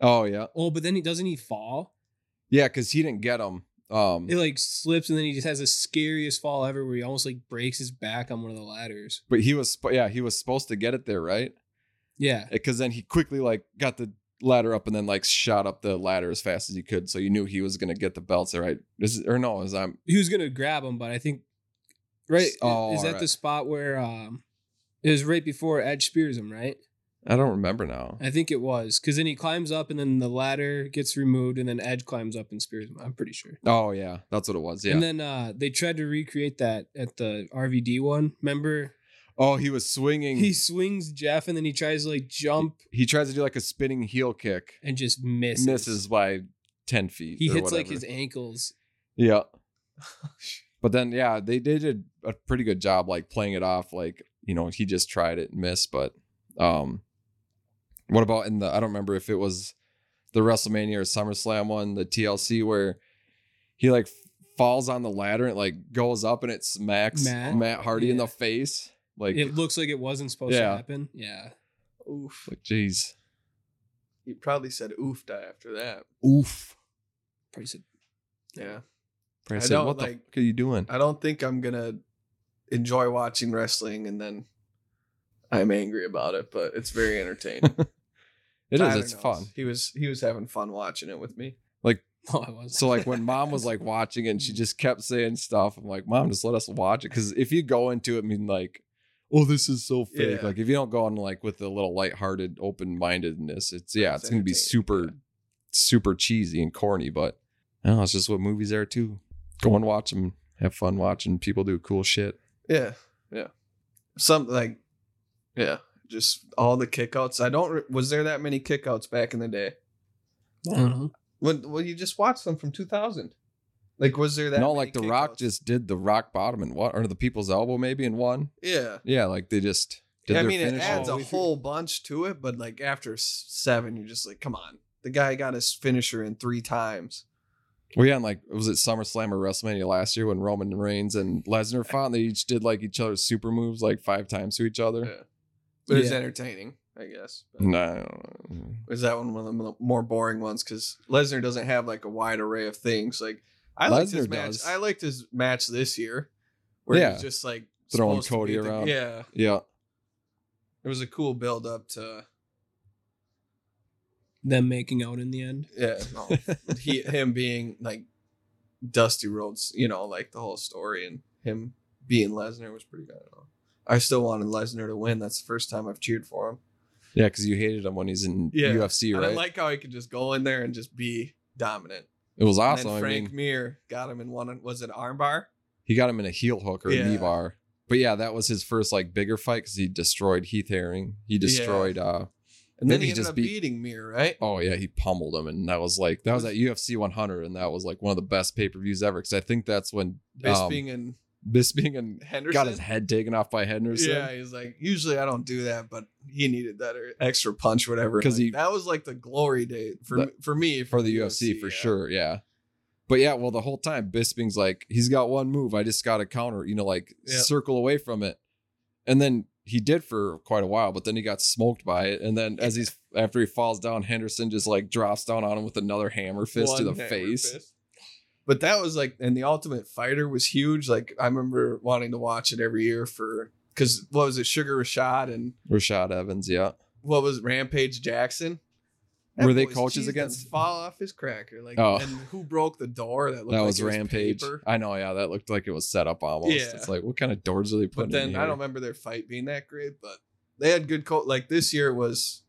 S3: Oh yeah,
S5: Oh, but then he doesn't he fall?
S3: yeah, because he didn't get him. Um,
S5: It like slips and then he just has the scariest fall ever where he almost like breaks his back on one of the ladders.
S3: but he was sp- yeah he was supposed to get it there right
S5: Yeah.
S3: because eh, then he quickly like got the ladder up and then like shot up the ladder as fast as he could so you knew he was gonna get the belts there right this is, or no is I'm
S5: He was gonna grab him, but I think right
S3: Oh,
S5: is that the
S3: alright.
S5: spot where um it was right before Edge spears him, right?
S3: I don't remember now
S5: I think it was because then he climbs up and then the ladder gets removed and then Edge climbs up and spears him. I'm pretty sure.
S3: oh yeah that's what it was yeah
S5: And then uh, they tried to recreate that at the RVD one. Remember,
S3: oh he was swinging
S5: he swings Jeff and then he tries to like jump
S3: he tries to do like a spinning heel kick
S5: and just misses.
S3: misses by 10 feet
S5: He
S3: or
S5: hits like
S3: whatever.
S5: his ankles.
S3: yeah but then yeah they, they did a pretty good job like playing it off like you know he just tried it and missed but um what about in the i don't remember if it was the wrestlemania or summerslam one the tlc where he like f- falls on the ladder and it, like goes up and it smacks
S5: Matt?
S3: matt, hardy in
S5: Yeah.
S3: the face like
S5: it looks like it wasn't supposed to
S3: Yeah.
S5: happen. Yeah.
S4: Oof.
S3: like jeez
S4: He probably said oof die after that.
S3: oof
S5: Probably said-
S4: Yeah.
S3: Probably
S4: I
S3: said,
S4: don't,
S3: what the
S4: like-
S3: fuck are you doing
S4: I don't think I'm gonna enjoy watching wrestling and then I'm angry about it, but it's very entertaining.
S3: it is
S4: Tyler
S3: it's
S4: knows.
S3: fun
S4: He was he was having fun watching it with me.
S5: No, I wasn't.
S3: So like when mom was like watching it and she just kept saying stuff, I'm like, Mom, just let us watch it. Cause if you go into it, I mean like, oh, this is so fake.
S4: Yeah.
S3: Like if you don't go on like with a little lighthearted, open mindedness, it's yeah,
S4: It's
S3: it's, gonna be super,
S4: entertaining,
S3: super cheesy and corny, but no, it's just what movies are too. Go and watch them, have fun watching people do cool shit.
S4: Yeah, yeah. Some like, yeah, just all the kickouts. I don't. Re- was there that many kickouts back in the day?
S5: I don't know.
S4: When well, you just watched them from 2000. Like, was there that?
S3: no,
S4: many
S3: like the rock
S4: kickouts?
S3: just did the rock bottom and what or the people's elbow maybe in one.
S4: Yeah.
S3: Yeah, like they just did
S4: I
S3: their
S4: mean, it
S3: finish.
S4: adds
S5: Oh,
S4: a
S5: if you-
S4: whole bunch to it, but like after s- seven, you're just like, come on. The guy got his finisher in three times.
S3: Well, yeah, and like was it SummerSlam or WrestleMania last year when Roman Reigns and Lesnar fought? And they each did like each other's super moves like five times to each other.
S4: Yeah. But it's
S5: Yeah.
S4: entertaining, I guess. But
S3: Nah,
S4: Is that one one of the more boring ones? Because Lesnar doesn't have like a wide array of things. Like I liked his
S3: Lesnar
S4: match.
S3: does.
S4: I liked his match this year, where he
S3: Yeah.
S4: was just like
S3: Throwing
S4: supposed to
S3: Cody
S4: be the-
S3: around.
S4: Yeah,
S3: yeah,
S4: it was a cool build up to
S5: Them making out in the end.
S4: yeah, no, he him being like Dusty Rhodes. You know, like the whole story and him beating Lesnar was pretty good. I, don't know. I still wanted Lesnar to win. That's the first time I've cheered for him.
S3: Yeah, because you hated him when he's in
S4: Yeah.
S3: UFC,
S4: And I
S3: right?
S4: like how he could just go in there and just be dominant.
S3: it was
S4: And
S3: awesome.
S4: then Frank
S3: I mean,
S4: Mir got him in one. Was it armbar?
S3: he got him in a heel hook or a
S4: Yeah.
S3: knee bar. But yeah, that was his first like bigger fight because he destroyed Heath Herring. He destroyed. uh
S4: And then
S3: Maybe
S4: he
S3: he
S4: ended
S3: just
S4: up
S3: beat-
S4: beating Mir, right?
S3: Oh yeah, he pummeled him, and that was like that was at UFC 100, and that was like one of the best pay per views ever. Because I think that's when um,
S4: Bisping and
S3: Bisping and
S4: Henderson.
S3: got his head taken off by
S4: Yeah,
S3: Henderson.
S4: he's like, usually I don't do that, but he needed that er- extra punch, whatever.
S3: 'Cause
S4: Because
S3: he-
S4: that was like the glory day for
S3: That-
S4: me- for me
S3: for the UFC for
S4: yeah.
S3: sure. Yeah. But yeah, well, the whole time Bisping's like, he's got one move. I just got to counter, you know, like
S4: Yeah.
S3: circle away from it. And then he did for quite a while, but then he got smoked by it. And then as he's after he falls down, Henderson just like drops down on him with another hammer fist to
S4: One
S3: the
S4: hammer
S3: face.
S4: fist. But that was like, and the Ultimate Fighter was huge. Like I remember wanting to watch it every year for because what was it, Sugar Rashad and
S3: Rashad Evans, yeah.
S4: what was Rampage Jackson?
S3: Were they
S4: boy's
S3: coaches
S4: cheese didn't
S3: against-
S4: Fall off his cracker, like
S3: Oh.
S4: and who broke the door? That looked
S3: that
S4: like
S3: was
S4: it
S3: Rampage.
S4: paper.
S3: I know, yeah. That looked like it was set up almost.
S4: Yeah.
S3: It's like, what kind of doors are they putting
S4: But then
S3: in
S4: I
S3: here?
S4: don't remember their fight being that great, but they had good co Like this year was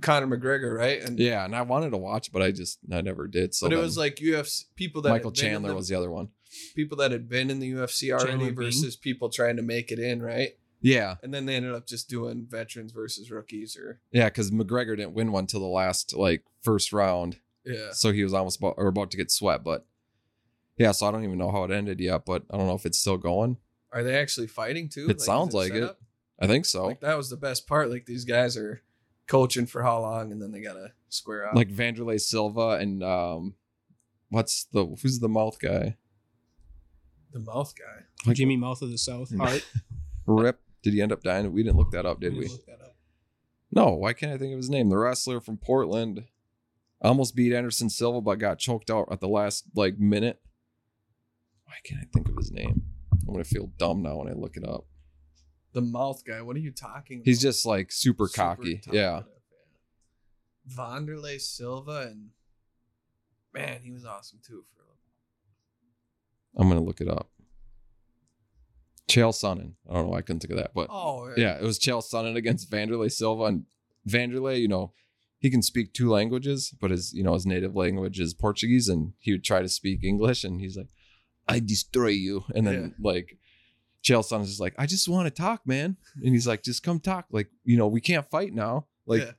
S4: Conor McGregor, right? And
S3: Yeah, and I wanted to watch, but I just I never did. So
S4: but it
S3: then
S4: was like UFC people that
S3: Michael
S4: had been in
S3: Chandler
S4: the-
S3: was the other one.
S4: people that had been in the UFC already
S2: Chandler Bing?
S4: versus people trying to make it in, right?
S3: Yeah.
S4: And then they ended up just doing veterans versus rookies, or
S3: Yeah, because McGregor didn't win one till the last like first round,
S4: yeah,
S3: so he was almost about, or about to get swept. But yeah, so I don't even know how it ended yet, but I don't know if it's still going.
S4: are they actually fighting too?
S3: It sounds like
S4: set
S3: it. Oh.
S4: up?
S3: I think so.
S4: Like
S3: Like,
S4: that was the best part. Like these guys are coaching for how long, and then they gotta square off.
S3: Vanderlei Silva and um, what's the who's the mouth guy?
S4: the mouth guy.
S5: Jimmy Mouth of the South. Heart.
S3: Rip. Did he end up dying? We didn't look that up, did we? No. Why can't I think of his name? The wrestler from Portland almost beat Anderson Silva, but got choked out at the last like minute. Why can't I think of his name? I'm gonna feel dumb now when I look it up.
S4: The mouth guy. What are you talking?
S3: He's
S4: about?
S3: just like super,
S4: Super
S3: cocky.
S4: top
S3: Yeah.
S4: it up, yeah. Vanderlei Silva and man, he was awesome too for a little.
S3: I'm going to look it up. Chael Sonnen. I don't know why I couldn't think of that, but
S4: Oh yeah.
S3: yeah, it was Chael Sonnen against Vanderlei Silva and Vanderlei, you know, he can speak two languages, but his, you know, his native language is Portuguese and he would try to speak English and he's like, "I destroy you." And then like Chael Sonnen's just like, "I just want to talk, man." And he's like, "Just come talk. Like, you know, we can't fight now. Like
S4: Yeah.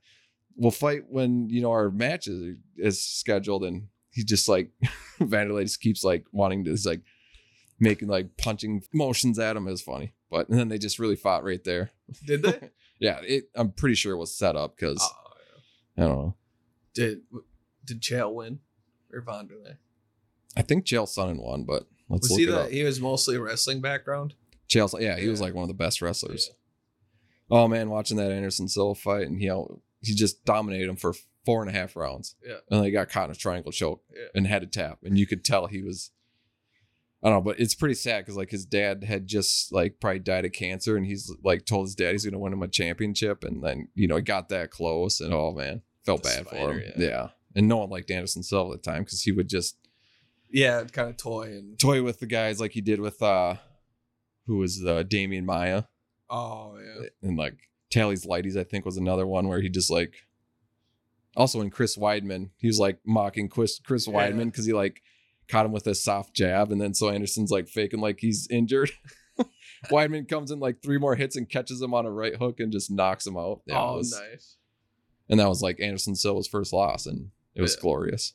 S3: we'll fight when you know our match is, is scheduled and he just like Vanderlei just keeps like wanting to just like making like punching motions at him is funny but and then they just really fought right there
S4: Did they?
S3: yeah it i'm pretty sure it was set up because
S4: oh, yeah.
S3: i don't know
S4: Did did Chael win or Vanderlei?
S3: i think chael sonnen won but let's
S4: Was
S3: look
S4: he
S3: it
S4: the
S3: up
S4: he was mostly a wrestling background?
S3: chael Son- yeah he was
S4: Yeah.
S3: like one of the best wrestlers oh man watching that anderson silva fight and he out, he just dominated him for four and a half rounds
S4: Yeah.
S3: and they got caught in a triangle choke
S4: Yeah.
S3: and had to tap and you could tell he was I don't know, but it's pretty sad because like his dad had just like probably died of cancer, and he's like told his dad he's gonna win him a championship, and then you know he got that close, and oh man, felt
S4: The
S3: bad for
S4: spider,
S3: him.
S4: yeah.
S3: Yeah. and no one liked Anderson Silva at the time because he would just
S4: Yeah, kind of toy and
S3: toy with the guys like he did with uh who was uh, Damian Maya
S4: oh yeah.
S3: and like Tally's Lighties, I think was another one where he just like also in Chris Weidman, he was like mocking Chris Chris
S4: Yeah.
S3: Weidman because he like caught him with a soft jab, and then so Anderson's like faking like he's injured. Weidman comes in like three more hits and catches him on a right hook and just knocks him out. Yeah, it
S4: oh
S3: was-
S4: nice.
S3: And that was like Anderson Silva's first loss, and it was
S4: Yeah.
S3: glorious.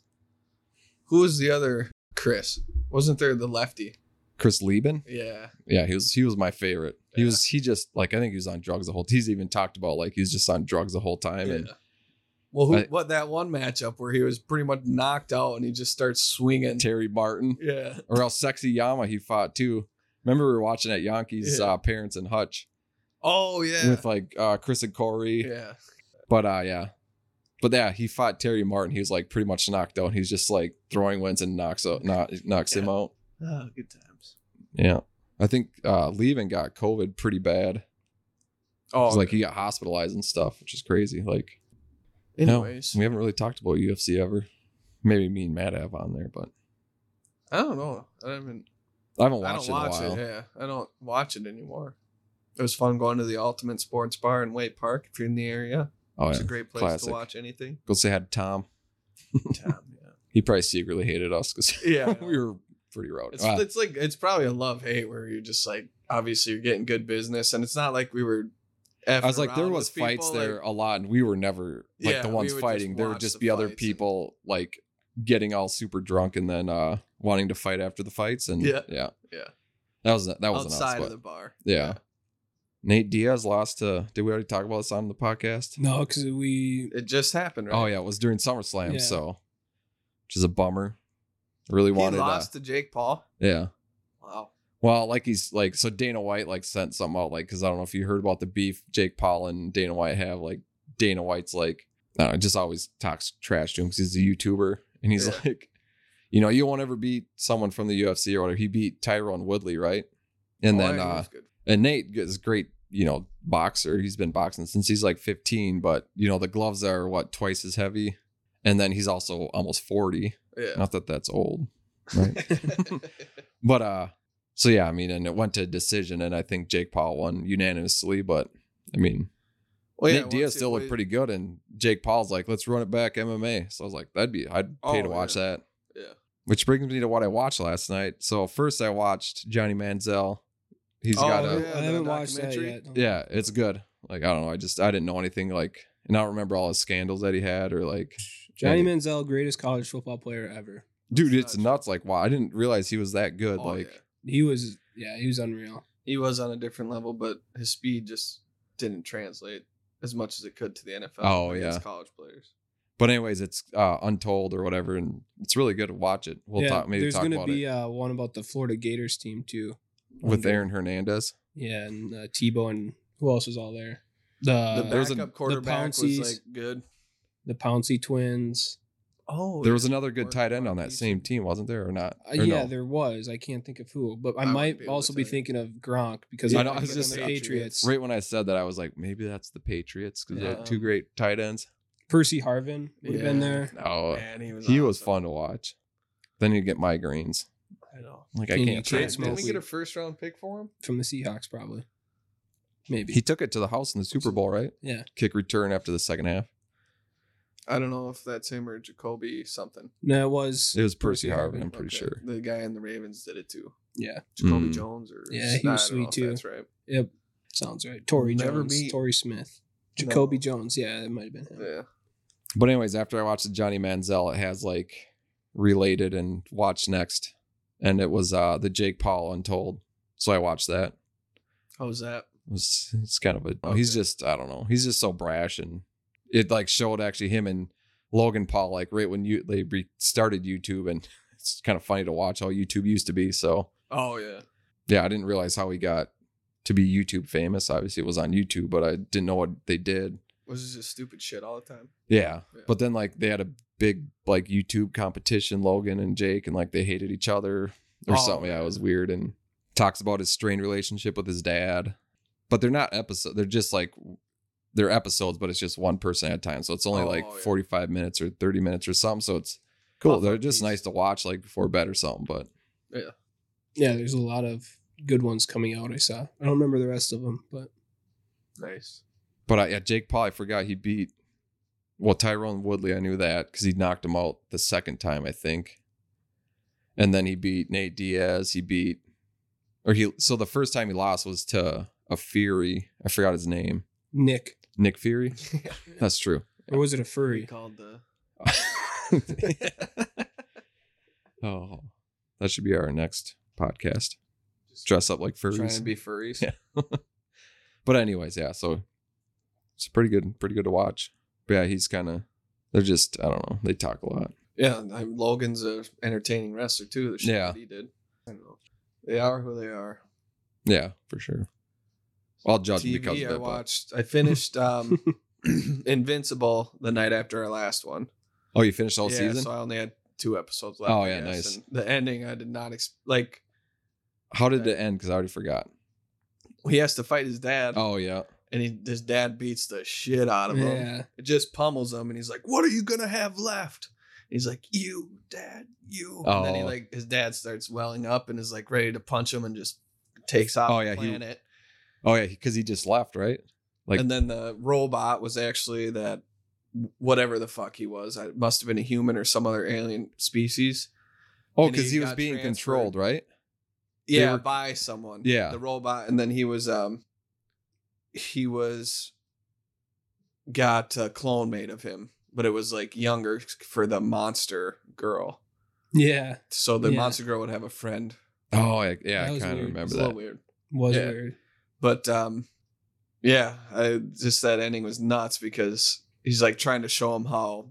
S4: Who was the other Chris? Wasn't there the lefty?
S3: Chris Lieben,
S4: Yeah.
S3: yeah, he was he was my favorite. He
S4: Yeah.
S3: was he just like I think he was on drugs the whole. He's even talked about like he was just on drugs the whole time, and
S4: Yeah. Well, who,
S3: I-
S4: what that one matchup where he was pretty much knocked out and he just starts swinging.
S3: Terry Martin.
S4: Yeah,
S3: or else Sexy Yama he fought too. Remember we were watching at Yankees
S4: Yeah.
S3: uh, parents and Hutch
S4: Oh yeah.
S3: with like uh, Chris and Corey,
S4: yeah.
S3: but uh yeah, but yeah he fought Terry Martin. He was like pretty much knocked out. He's just like throwing wins and knocks out, knock, knocks him
S4: Yeah.
S3: out.
S4: Oh, good times.
S3: Yeah, I think uh leaving got COVID pretty bad.
S4: Oh,
S3: It's like he got hospitalized and stuff, which is crazy. Like no,
S4: anyways,
S3: we haven't really talked about UFC ever. Maybe me and Matt have on there, but
S4: I don't know. I haven't.
S3: I haven't
S4: I
S3: watched
S4: don't
S3: it
S4: watch
S3: in a while.
S4: it. Yeah, I don't watch it anymore. It was fun going to the Ultimate Sports Bar in Wade Park if you're in the area.
S3: Oh,
S4: It's
S3: yeah.
S4: a great place
S3: Classic.
S4: to watch anything.
S3: Go say hi to Tom.
S4: Tom,
S3: He probably secretly hated us because
S4: yeah, yeah.
S3: we were pretty Uh, rowdy.
S4: It's,
S3: Wow.
S4: it's like it's probably a love hate where you're just like obviously you're getting good business and it's not like we were.
S3: I was like, there was fights there a lot, and we were never like
S4: Yeah,
S3: the
S4: we
S3: ones
S4: would just
S3: fighting. There would
S4: watch
S3: just
S4: the
S3: be other
S4: fights and-
S3: people like getting all super drunk and then uh wanting to fight after the fights. And
S4: Yeah.
S3: yeah,
S4: Yeah.
S3: that was that was
S4: outside
S3: an
S4: of the bar.
S3: Yeah. Nate Diaz lost to. Did we already talk about this on the podcast?
S5: No, because we
S4: it just happened. Right?
S3: Oh yeah, it was during SummerSlam,
S5: Yeah.
S3: so which is a bummer. Really
S4: he
S3: wanted. uh,
S4: lost to Jake Paul.
S3: yeah.
S4: Wow,
S3: Well, like he's like so Dana White like sent something out like because I don't know if you heard about the beef Jake Paul and Dana White have like Dana White's like I don't know, just always talks trash to him because he's a YouTuber and he's
S4: Yeah.
S3: like, you know, you won't ever beat someone from the UFC or whatever. He beat Tyrone Woodley, right? And
S4: Oh,
S3: then
S4: yeah, he
S3: uh,
S4: was good.
S3: and Nate is a great, you know, boxer. He's been boxing since he's like 15, but you know the gloves are what twice as heavy, and then he's also almost 40.
S4: yeah.
S3: Not that that's old, right? But uh so yeah, I mean, and it went to decision, and I think Jake Paul won unanimously. But I mean,
S4: well,
S3: Nate Diaz still looked pretty
S4: pretty.
S3: good, and Jake Paul's like, "Let's run it back MMA." So I was like, "That'd be I'd pay
S4: Oh,
S3: to watch
S4: yeah.
S3: that."
S4: Yeah.
S3: Which brings me to what I watched last night. So first, I watched Johnny Manziel. He's
S4: Oh,
S3: got a
S4: yeah, the
S5: I haven't watched that
S4: documentary.
S5: yet.
S3: yeah, it's good. Like I don't know, I just I didn't know anything like, and I don't remember all the scandals that he had or like,
S5: Johnny
S3: Yeah.
S5: Manziel, greatest college football player ever.
S3: dude, it's
S4: Nuts.
S3: nuts. Like wow, I didn't realize he was that good.
S4: Oh,
S3: like
S4: yeah.
S5: He was yeah, he was unreal.
S4: he was on a different level, but his speed just didn't translate as much as it could to the NFL.
S3: Oh,
S4: against
S3: yeah.
S4: college players.
S3: But anyways, it's uh, untold or whatever, and it's really good to watch it. We'll
S5: yeah,
S3: talk maybe
S5: there's
S3: talk
S5: gonna
S3: about
S5: be um,
S3: it
S5: Uh, one about the Florida Gators team too.
S3: with Aaron Hernandez.
S5: Yeah, and uh, Tebow and who else was all there?
S4: The
S5: The
S3: there's a-
S4: backup
S3: the
S4: quarterback was
S5: Pounceys-
S4: like good.
S5: the Pouncey twins.
S4: Oh,
S3: there was another good tight end on that same team, wasn't there, or not?
S5: Uh,
S3: Or
S5: yeah,
S3: no?
S5: there was. I can't think of who, but
S4: I
S5: I,
S4: wouldn't
S5: might
S4: be able to
S5: also be
S4: tell you.
S5: thinking of Gronk because
S3: I
S5: he
S3: know, I
S5: ended
S3: was
S5: up
S3: just
S5: on the
S3: saying-
S5: Patriots.
S3: Right when I said that, I was like, maybe that's the Patriots because they
S4: Yeah.
S3: had two great tight ends.
S5: Percy Harvin would have been
S4: Yeah.
S5: there.
S3: Oh,
S4: Man, he was
S3: he was
S4: awesome.
S3: fun to watch. Then you get migraines.
S4: I know.
S3: Like I
S5: And you
S3: can't.
S5: can't
S3: Trans-
S5: smoke.
S4: Didn't we get a
S5: weed.
S4: first round pick for him?
S5: from the Seahawks, probably. Maybe.
S3: he took it to the house in the Super Bowl, right?
S5: yeah.
S3: Kick return after the second half.
S4: I don't know if that's him or Jacoby something.
S5: No, it was.
S3: It was Percy
S5: Percy
S3: Harvin.
S5: Harvin,
S3: I'm pretty
S4: Okay.
S3: sure.
S4: The guy in the Ravens did it too.
S5: Yeah,
S4: Jacoby
S3: Mm.
S4: Jones or
S5: Yeah, he was
S4: I don't know
S5: sweet,
S4: if
S5: too.
S4: That's right.
S5: sounds right. Tory
S4: Never
S5: Jones,
S4: beat-
S5: Tory Smith, Jacoby
S4: No.
S5: Jones. Yeah, it might have been him.
S4: Yeah.
S3: But anyways, after I watched the Johnny Manziel, it has like related and watched next, and it was uh the Jake Paul Untold. So I watched that.
S4: How was that?
S3: It was, it's kind of a oh, he's
S4: Okay.
S3: just I don't know he's just so brash and it like showed actually him and Logan Paul like right when you they re- started YouTube and it's kind of funny to watch how YouTube used to be. So
S4: Oh yeah.
S3: yeah, I didn't realize how he got to be YouTube famous. Obviously, it was on YouTube, but I didn't know what they did.
S4: Was it just stupid shit all the time?
S3: Yeah.
S4: Yeah.
S3: But then like they had a big like YouTube competition, Logan and Jake, and like they hated each other or
S4: Oh,
S3: something. Yeah, it was weird. And talks about his strained relationship with his dad. But they're not episode they're just like they're episodes, but it's just one person at a time. So it's only
S4: Oh,
S3: like
S4: yeah.
S3: 45 minutes or 30 minutes or something. So it's cool.
S4: Puff-up
S3: They're just
S4: piece.
S3: nice to watch like before bed or something. But
S5: Yeah, there's a lot of good ones coming out. I saw. I don't remember the rest of them, but
S4: Nice.
S3: but I, yeah, Jake Paul, I forgot he beat well Tyrone Woodley. I knew that because he knocked him out the second time, I think. And then he beat Nate Diaz. He beat, or he so the first time he lost was to a Fury. I forgot his name,
S5: Nick,
S3: Nick Fury. That's true.
S5: or was it a
S4: He
S5: furry?
S4: called the
S3: oh, that should be our next podcast.
S4: just
S3: Dress up like
S4: trying
S3: furries.
S4: to be furries.
S3: Yeah. but anyways, yeah. So it's pretty good, pretty good to watch. But yeah, he's kind of they're just I don't know. They talk a lot.
S4: Yeah, and I'm, Logan's a entertaining wrestler too. The shit
S3: Yeah.
S4: that he did. I don't know. They are who they are.
S3: Yeah, for sure. I'll judge
S4: TV
S3: because of
S4: I
S3: that. But,
S4: watched. I finished um, Invincible the night after our last one.
S3: oh, you finished all
S4: yeah,
S3: season?
S4: so I only had two episodes left.
S3: Oh,
S4: I
S3: yeah,
S4: guess,
S3: nice.
S4: and the ending I did not ex- like.
S3: How did it end? Because I already forgot.
S4: He has to fight his dad,
S3: Oh yeah,
S4: and he, his dad beats the shit out of him.
S5: yeah,
S4: It just pummels him, and he's like, "What are you gonna have left?" He's like, "You, dad, you." And then he
S3: Oh.
S4: like his dad starts welling up and is like ready to punch him and just takes off
S3: Oh,
S4: the
S3: yeah, he-
S4: planet.
S3: Oh yeah, because he just left, right? like-
S4: and then the robot was actually that whatever the fuck he was. It must have been a human or some other alien species.
S3: Oh,
S4: And
S3: because
S4: he
S3: he, was
S4: got
S3: being
S4: transferred.
S3: controlled, right? They
S4: yeah
S3: were-
S4: by someone
S3: Yeah.
S4: the robot and then he was um he was got a clone made of him but it was like younger for the monster girl
S5: Yeah,
S4: so the
S5: Yeah.
S4: monster girl would have a friend
S3: Oh yeah, yeah I
S5: That was
S3: kind of
S5: weird.
S4: it's
S3: remember
S4: a
S3: that.
S4: little weird
S5: was
S4: Yeah.
S5: weird.
S4: but um yeah i just that ending was nuts because he's like trying to show him how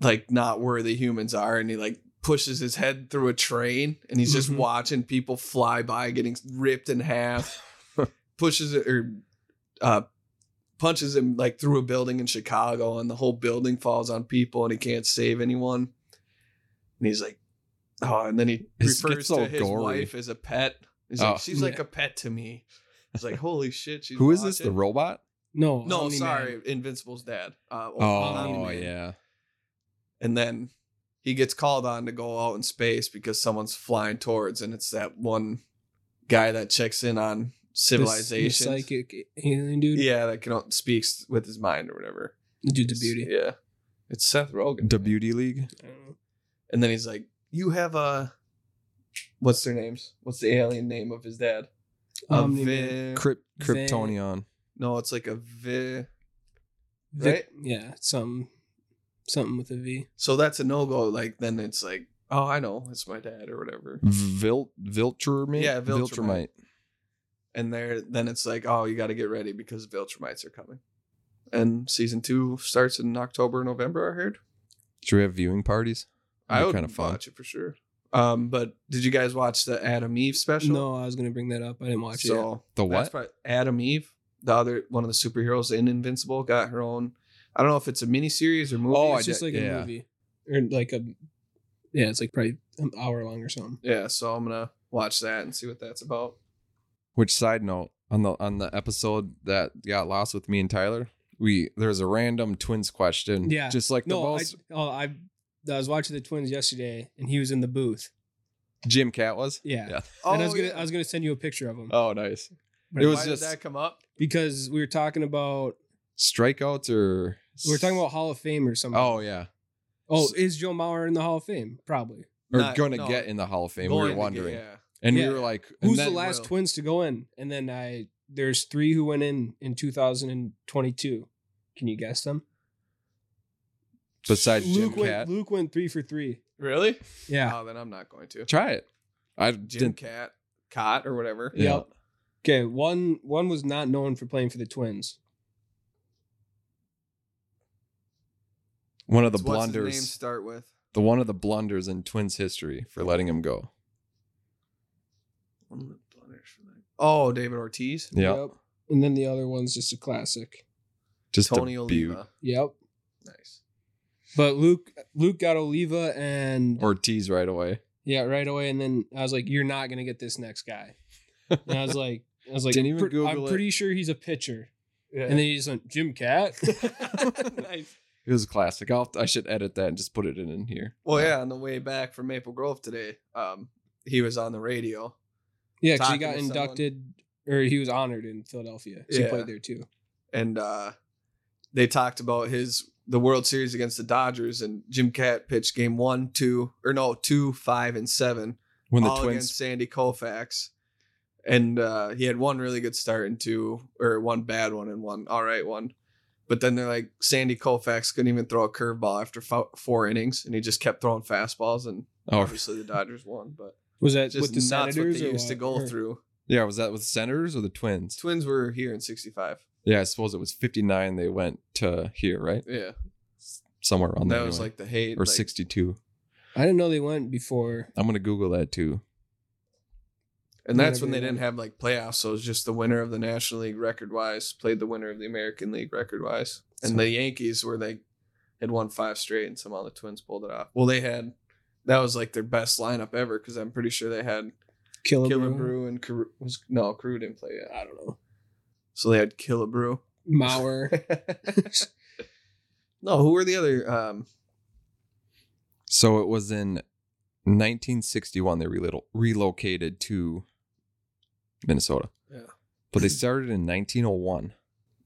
S4: like not worthy humans are and he like pushes his head through a train and he's just
S3: Mm-hmm.
S5: Mhm.
S4: watching people fly by getting ripped in half pushes it or uh punches him like through a building in chicago and the whole building falls on people and he can't save anyone and he's like oh and then he
S3: It's-
S4: refers
S3: it's so
S4: to his
S3: gory.
S4: wife as a pet he's
S3: Oh.
S4: like she's like a pet to me it's like, holy shit. She's
S3: Who is this? The
S4: watching.
S3: robot?
S5: No,
S4: No,
S5: Omni-Man.
S4: sorry. Invincible's dad. Uh,
S3: Oh,
S4: Omni-Man.
S3: yeah.
S4: And then he gets called on to go out in space because someone's flying towards, and it's that one guy that checks in on
S5: The- the
S4: civilization.
S5: psychic alien dude.
S4: Yeah, that can speaks with his mind or whatever.
S5: the dude's a
S4: It's-
S5: beauty.
S4: Yeah. It's Seth Rogen.
S3: The Beauty League.
S5: I don't know.
S4: and then he's like, You have a. What's their names? What's the alien name of his dad? A
S5: Omni-Man.
S4: vi-
S3: Kryp-
S5: Van-
S3: Kryptonion.
S4: no, it's like a vi. right?
S5: Vic- yeah, some something with a V.
S4: So that's a no go. Like then it's like, oh, I know, it's my dad or whatever.
S3: Vil- Viltrumite.
S4: Yeah, Viltrumite. And there, then it's like, oh, you got to get ready because Viltrumites are coming. And season two starts in October, November. I heard.
S3: Should we have viewing parties?
S4: I
S3: They're
S4: would
S3: kinda fun.
S4: watch it for sure. Um, but did you guys watch the Adam Eve special?
S5: No, I was gonna bring that up. I didn't watch it.
S4: So
S3: The
S4: that's
S3: what?
S4: probably Adam Eve, the other one of the superheroes in Invincible, got her own. I don't know if it's a miniseries or movie.
S3: Oh,
S5: Yet.
S3: I
S5: It's just
S3: did-
S5: like a
S3: yeah.
S5: movie or like a yeah, it's like probably an hour long or something.
S4: yeah. So I'm gonna watch that and see what that's about.
S3: Which side note on the on the episode that got lost with me and Tyler, we there's a random twins question.
S5: Yeah.
S3: just like the
S5: No, I,
S3: most
S5: oh, I I was watching the twins yesterday, and he was in the booth.
S3: Jim Cat was.
S5: Yeah,
S3: Yeah.
S4: Oh,
S5: and I was gonna
S4: yeah.
S5: I was gonna send you a picture of him
S3: Oh, nice.
S5: But
S3: it
S4: Why
S3: was
S4: did
S3: just
S4: that come up?
S5: because we were talking about
S3: strikeouts or
S5: we were talking about Hall of Fame or something.
S3: Oh yeah,
S5: oh, is Joe Mauer in the Hall of Fame? Probably.
S3: or
S4: Not-
S3: going to
S4: no.
S3: get in the Hall of Fame.
S4: Going
S3: We
S4: to
S3: were
S4: get-
S3: wondering,
S4: yeah.
S3: and
S5: Yeah.
S3: we were like, and
S5: Who's the
S3: then-
S5: last
S4: Will.
S5: twins to go in? And then I there's three who went in in 2022. Can you guess them?
S3: besides
S5: Luke
S3: Jim Uh,
S5: went,
S3: Cat?
S5: Luke went three for three.
S4: Really?
S5: Yeah.
S4: Oh, then I'm not going to.
S3: Try it. I
S4: Jim
S3: didn't.
S4: Cat, Cot, or whatever.
S3: Yeah.
S5: Yep. Okay. One one was not known for playing for the Twins.
S3: One of the
S4: So what's his name
S3: blunders.
S4: start with?
S3: The one of the blunders in Twins history for letting him go.
S4: One of the blunders for that. Oh, David Ortiz.
S3: Yeah.
S5: And then the other one's just a classic.
S3: Just a
S4: Tony
S3: beaut.
S4: Oliva.
S5: Yep.
S4: Nice.
S5: But Luke Luke got Oliva and
S3: Ortiz right away.
S5: yeah right away. And then I was like, you're not gonna get this next guy. And I was like, I was like,
S3: Didn't even
S5: "Pre-
S3: Google
S5: I'm
S3: it.
S5: pretty sure he's a pitcher.
S4: Yeah.
S5: And then he just went Jim Cat.
S4: nice.
S3: It was a classic. I'll, I should edit that and just put it in, in here.
S4: Well, yeah, on the way back from Maple Grove today, um, he was on the radio.
S5: Yeah, 'cause he
S4: talking
S5: got
S4: to
S5: inducted or he was honored in Philadelphia. 'cause He
S4: Yeah.
S5: played there too.
S4: and uh, they talked about his the World Series against the Dodgers, and Jim Cat pitched game one, two, or no, two, five, and seven,
S3: When the
S4: all against
S3: Twins.
S4: Sandy Koufax. And uh, he had one really good start and two, or one bad one and one all right one. But then they're like Sandy Koufax couldn't even throw a curveball after fo- four innings, and he just kept throwing fastballs, and
S3: Oh,
S4: obviously the Dodgers won. But
S5: Was that
S4: just
S5: with the
S4: nuts what
S5: Senators?
S4: they
S5: or
S4: used to
S5: what?
S4: go
S5: Or-
S4: through.
S3: yeah. Was that with Senators or the Twins?
S4: Twins were here in '65.
S3: Yeah, I suppose it was 59. They went to here, right?
S4: Yeah,
S3: Somewhere
S4: that
S3: around there.
S4: was
S3: anyway.
S4: like the hate.
S3: or
S4: like,
S3: 62.
S5: I didn't know they went before.
S3: I'm going to Google that too.
S4: And that's
S5: Whatever
S4: when they
S5: they
S4: didn't have like playoffs, so it was just the winner of the National League record wise played the winner of the American League record wise. And
S3: So-
S4: the Yankees were like had won five straight and somehow the twins pulled it off. Well they had that was like their best lineup ever because I'm pretty sure they had
S5: Killer,
S4: Killebrew and Carew was no Carew didn't play yet.
S5: I don't know.
S4: So they had Killebrew.
S5: Mauer.
S4: no, who were the other um
S3: So it was in 1961 they relo- relocated to Minnesota.
S4: Yeah.
S3: But they started in 1901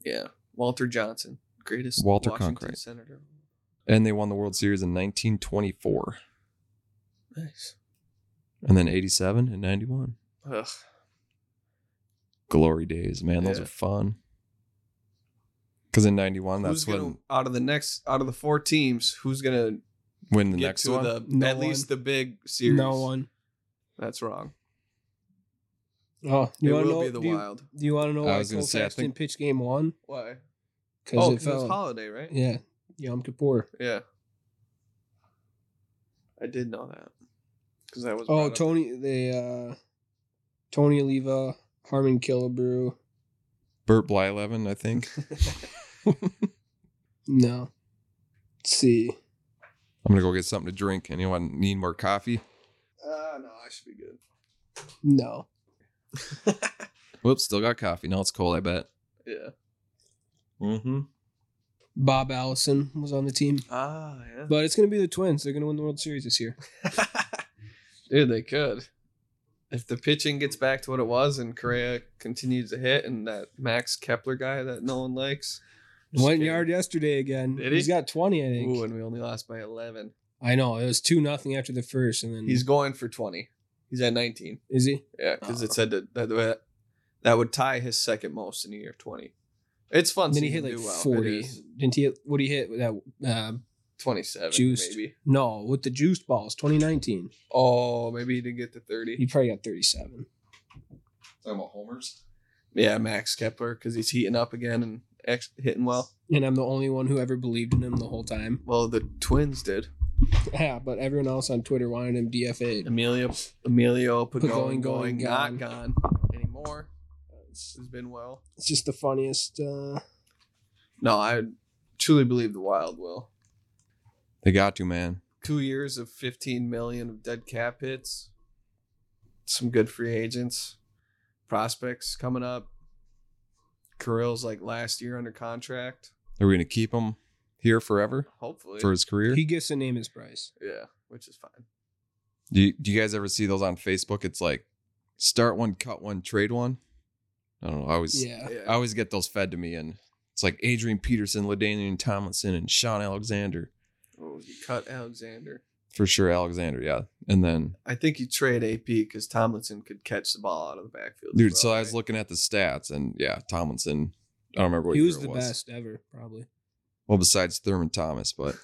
S4: Yeah. Walter Johnson, greatest
S3: Walter
S4: Washington
S3: Cronkite.
S4: senator.
S3: and they won the World Series in 1924
S4: Nice.
S3: and then 87 and 91.
S4: Ugh.
S3: Glory days, man. Those
S4: Yeah.
S3: are fun. Cuz in 91
S4: Who's
S3: that's when
S4: gonna out of the next out of the four teams? Who's gonna
S3: when the
S4: get
S3: next
S4: to
S3: one
S4: the
S5: No
S4: at
S5: one.
S4: least the big series?
S5: No one.
S4: That's wrong.
S5: Oh,
S4: it
S5: you
S4: will
S5: want to know?
S4: be the
S5: do, you,
S4: Wild.
S5: do you want to know
S3: I
S5: why
S3: was gonna
S5: Colfax
S3: say, I think-
S5: didn't pitch game one?
S4: Why?
S5: Because
S4: Oh,
S5: it
S4: 'cause it was
S5: fell.
S4: holiday, right?
S5: yeah, Yom Kippur.
S4: Yeah. I did know that because that was.
S5: Oh,
S4: brought up.
S5: Tony, they uh, Tony Oliva, Harmon Killebrew.
S3: Burt Blyleven, I think.
S5: No, Let's see,
S3: I'm going to go get something to drink. Anyone need more coffee?
S4: Ah, no, I should be good.
S5: no,
S3: Whoops, still got coffee. Now it's cold, I bet.
S4: Yeah.
S5: Mm-hmm.
S3: Mhm.
S5: Bob Allison was on the team,
S4: Ah, yeah.
S5: but it's gonna be the Twins. They're gonna win the World Series this year.
S4: Dude, they could. If the pitching gets back to what it was and Correa continues to hit and that Max Kepler guy that no one likes. Just
S5: Went
S4: kidding.
S5: yard yesterday again.
S4: Did he?
S5: He's got twenty, I think.
S4: Ooh, and we only lost by 11.
S5: I know it was two nothing after the first, and then
S4: He's going for 20. He's at 19.
S5: is he?
S4: Yeah, because
S5: Oh.
S4: it said that, that that would tie his second most in the year of 20. It's fun.
S5: Then he
S4: seeing
S5: hit
S4: him
S5: like
S4: do well. It
S5: forty.
S4: is
S5: Didn't he? Hit, what did he hit with that? Uh,
S4: 27,
S5: Juiced.
S4: maybe.
S5: no, with the juice balls, twenty nineteen.
S4: Oh, maybe he didn't get to 30.
S5: He probably got thirty seven.
S3: Talking about homers.
S4: Yeah, Max Kepler, because he's heating up again and ex- hitting well.
S5: And I'm the only one who ever believed in him the whole time.
S4: Well, the Twins did.
S5: Yeah, but everyone else on Twitter wanted him DFA'd.
S4: Emilio, Emilio Pagoin
S5: Pagoin
S4: going,
S5: going,
S4: not
S5: gone.
S4: gone anymore. This has been well.
S5: It's just the funniest. Uh,
S4: No, I truly believe the Wild will.
S3: They got to, man.
S4: Two years of 15 million of dead cap hits. Some good free agents, prospects coming up. Carill's like last year under contract.
S3: Are we going to keep him here forever
S4: Hopefully,
S3: for his career?
S5: he gets to name his price.
S4: yeah, which is fine.
S3: Do you, do you guys ever see those on Facebook? It's like start one, cut one, trade one. I don't know. I always
S5: Yeah.
S4: Yeah.
S3: I always get those fed to me, and it's like Adrian Peterson, Ladainian Tomlinson, and Sean Alexander
S4: Oh, you cut Alexander.
S3: for sure. Alexander, yeah. And then
S4: I think you trade AP because Tomlinson could catch the ball out of the backfield. as
S3: dude,
S4: well,
S3: so I was
S4: right?
S3: looking at the stats, and yeah, Tomlinson. I don't remember what
S5: He was
S3: year
S5: the
S3: it was.
S5: best ever, probably.
S3: Well, besides Thurman Thomas, but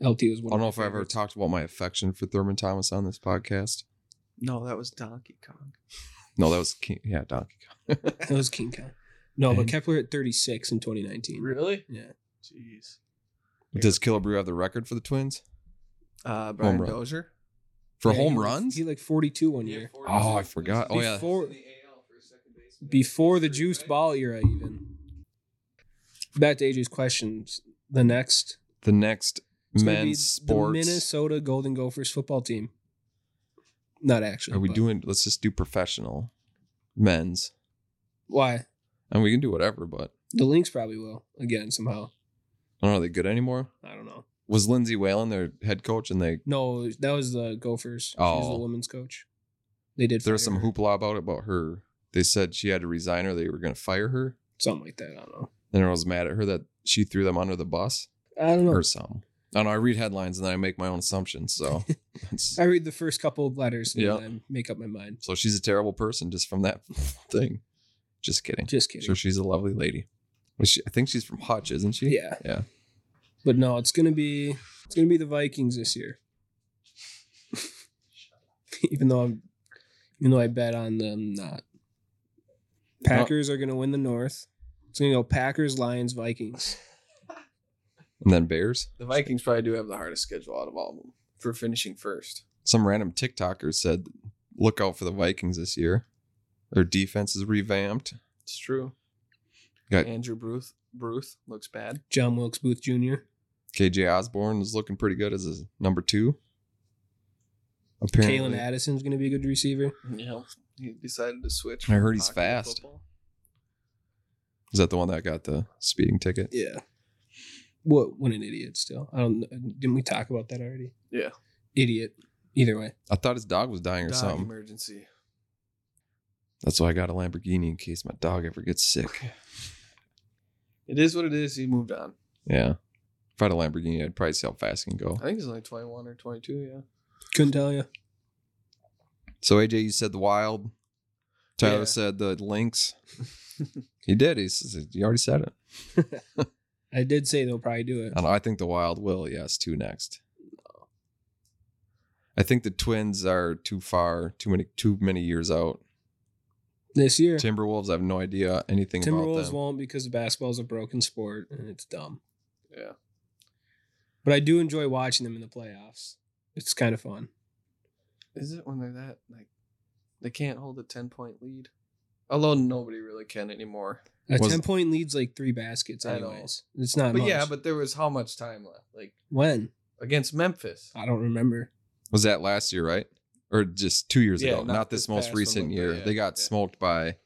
S5: LT was
S3: I
S5: one.
S3: don't
S5: of
S3: know
S5: my
S3: if I ever
S5: favorites.
S3: talked about my affection for Thurman Thomas on this podcast.
S4: no, that was Donkey Kong.
S3: No, that was King, yeah, Donkey Kong.
S5: That was King Kong. No, but
S3: And-
S5: Kepler at 36 in 2019.
S4: Really?
S5: Yeah.
S4: Jeez.
S3: Does Killebrew have the record for the Twins
S4: Uh, Brian
S3: run.
S4: Dozier.
S3: for
S5: Yeah,
S3: home
S5: he,
S3: runs?
S5: He like 42 one year.
S3: Oh, I forgot. Oh yeah,
S5: Before, before the juiced ball era, even. Back to AJ's questions. The next
S3: the next
S5: it's gonna be
S3: men's sports.
S5: The Minnesota Golden Gophers football team. Not actually.
S3: Are we
S5: but-
S3: doing? Let's just do professional, men's,
S5: Why?
S3: and we can do whatever. But
S5: The Lynx probably will again somehow.
S3: I don't know, are they good anymore?
S5: I don't know.
S3: Was Lindsey Whalen their head coach, and they
S5: No, that was the Gophers. She was
S3: Oh.
S5: the women's coach. They did.
S3: there was
S5: fire
S3: some
S5: her.
S3: hoopla about about her. They said she had to resign, or they were going to fire her.
S5: Something like that. I don't know.
S3: And everyone was mad at her that she threw them under the bus
S5: I don't know.
S3: or something. I don't know. I read headlines and then I make my own assumptions. So, it's-
S5: I read the first couple of letters and
S3: Yeah.
S5: then I make up my mind.
S3: so she's a terrible person just from that thing. Just kidding.
S5: Just kidding.
S3: Sure, she's a lovely lady. Was she, I think she's from Hutch, isn't she?
S5: Yeah.
S3: Yeah.
S5: But no, it's gonna be it's gonna be the Vikings this year. even though I'm, even though I bet on them not. Packers are gonna win the North. It's gonna go Packers, Lions, Vikings.
S3: And then Bears.
S4: The Vikings probably do have the hardest schedule out of all of them for finishing first.
S3: some random TikToker said, "Look out for the Vikings this year. Their defense is revamped."
S4: It's true.
S3: Got-
S4: Andrew Bruth. Bruth looks bad.
S5: John Wilkes Booth Jr.
S3: KJ Osborne is looking pretty good as a number two.
S5: Kalen
S3: Apparently,
S5: Addison's gonna be a good receiver.
S4: Yeah. He decided to switch.
S3: I heard he's
S4: from hockey to
S3: fast.
S4: football.
S3: is that the one that got the speeding ticket?
S5: Yeah. What? What an idiot! Still, I don't. Didn't we talk about that already?
S4: Yeah.
S5: Idiot. Either way,
S3: I thought his dog was dying or
S4: Dog
S3: something.
S4: emergency.
S3: That's why I got a Lamborghini in case my dog ever gets sick.
S4: It is what it is. He moved on.
S3: Yeah. If I had a Lamborghini, I'd probably see how fast I can go.
S4: I think he's only 21 or 22. Yeah.
S5: couldn't tell you.
S3: So AJ, you said the wild. Tyler
S4: Yeah.
S3: said the lynx. he did. He says you already said it.
S5: I did say they'll probably do it.
S3: And I think the wild will. Yes, two next. I think the twins are too far, too many, too many years out.
S5: This year,
S3: Timberwolves, I have no idea anything about
S5: Timberwolves
S3: them.
S5: won't because basketball is a broken sport and it's dumb.
S4: Yeah.
S5: But I do enjoy watching them in the playoffs. It's kind of fun.
S4: Is it when they're that like they can't hold a 10 point lead? Although nobody really can anymore.
S5: A
S3: Was-
S5: ten point lead's like three baskets,
S4: I know.
S5: anyways. It's not.
S4: But
S5: much.
S4: yeah, but there was how much time left? Like
S5: when?
S4: against Memphis.
S5: I don't remember.
S3: Was that last year, right? Or just two years
S4: Yeah,
S3: ago?
S4: not
S3: Not, this,
S4: this
S3: most
S4: past one,
S3: recent
S4: but
S3: year.
S4: yeah,
S3: they got
S4: yeah.
S3: smoked by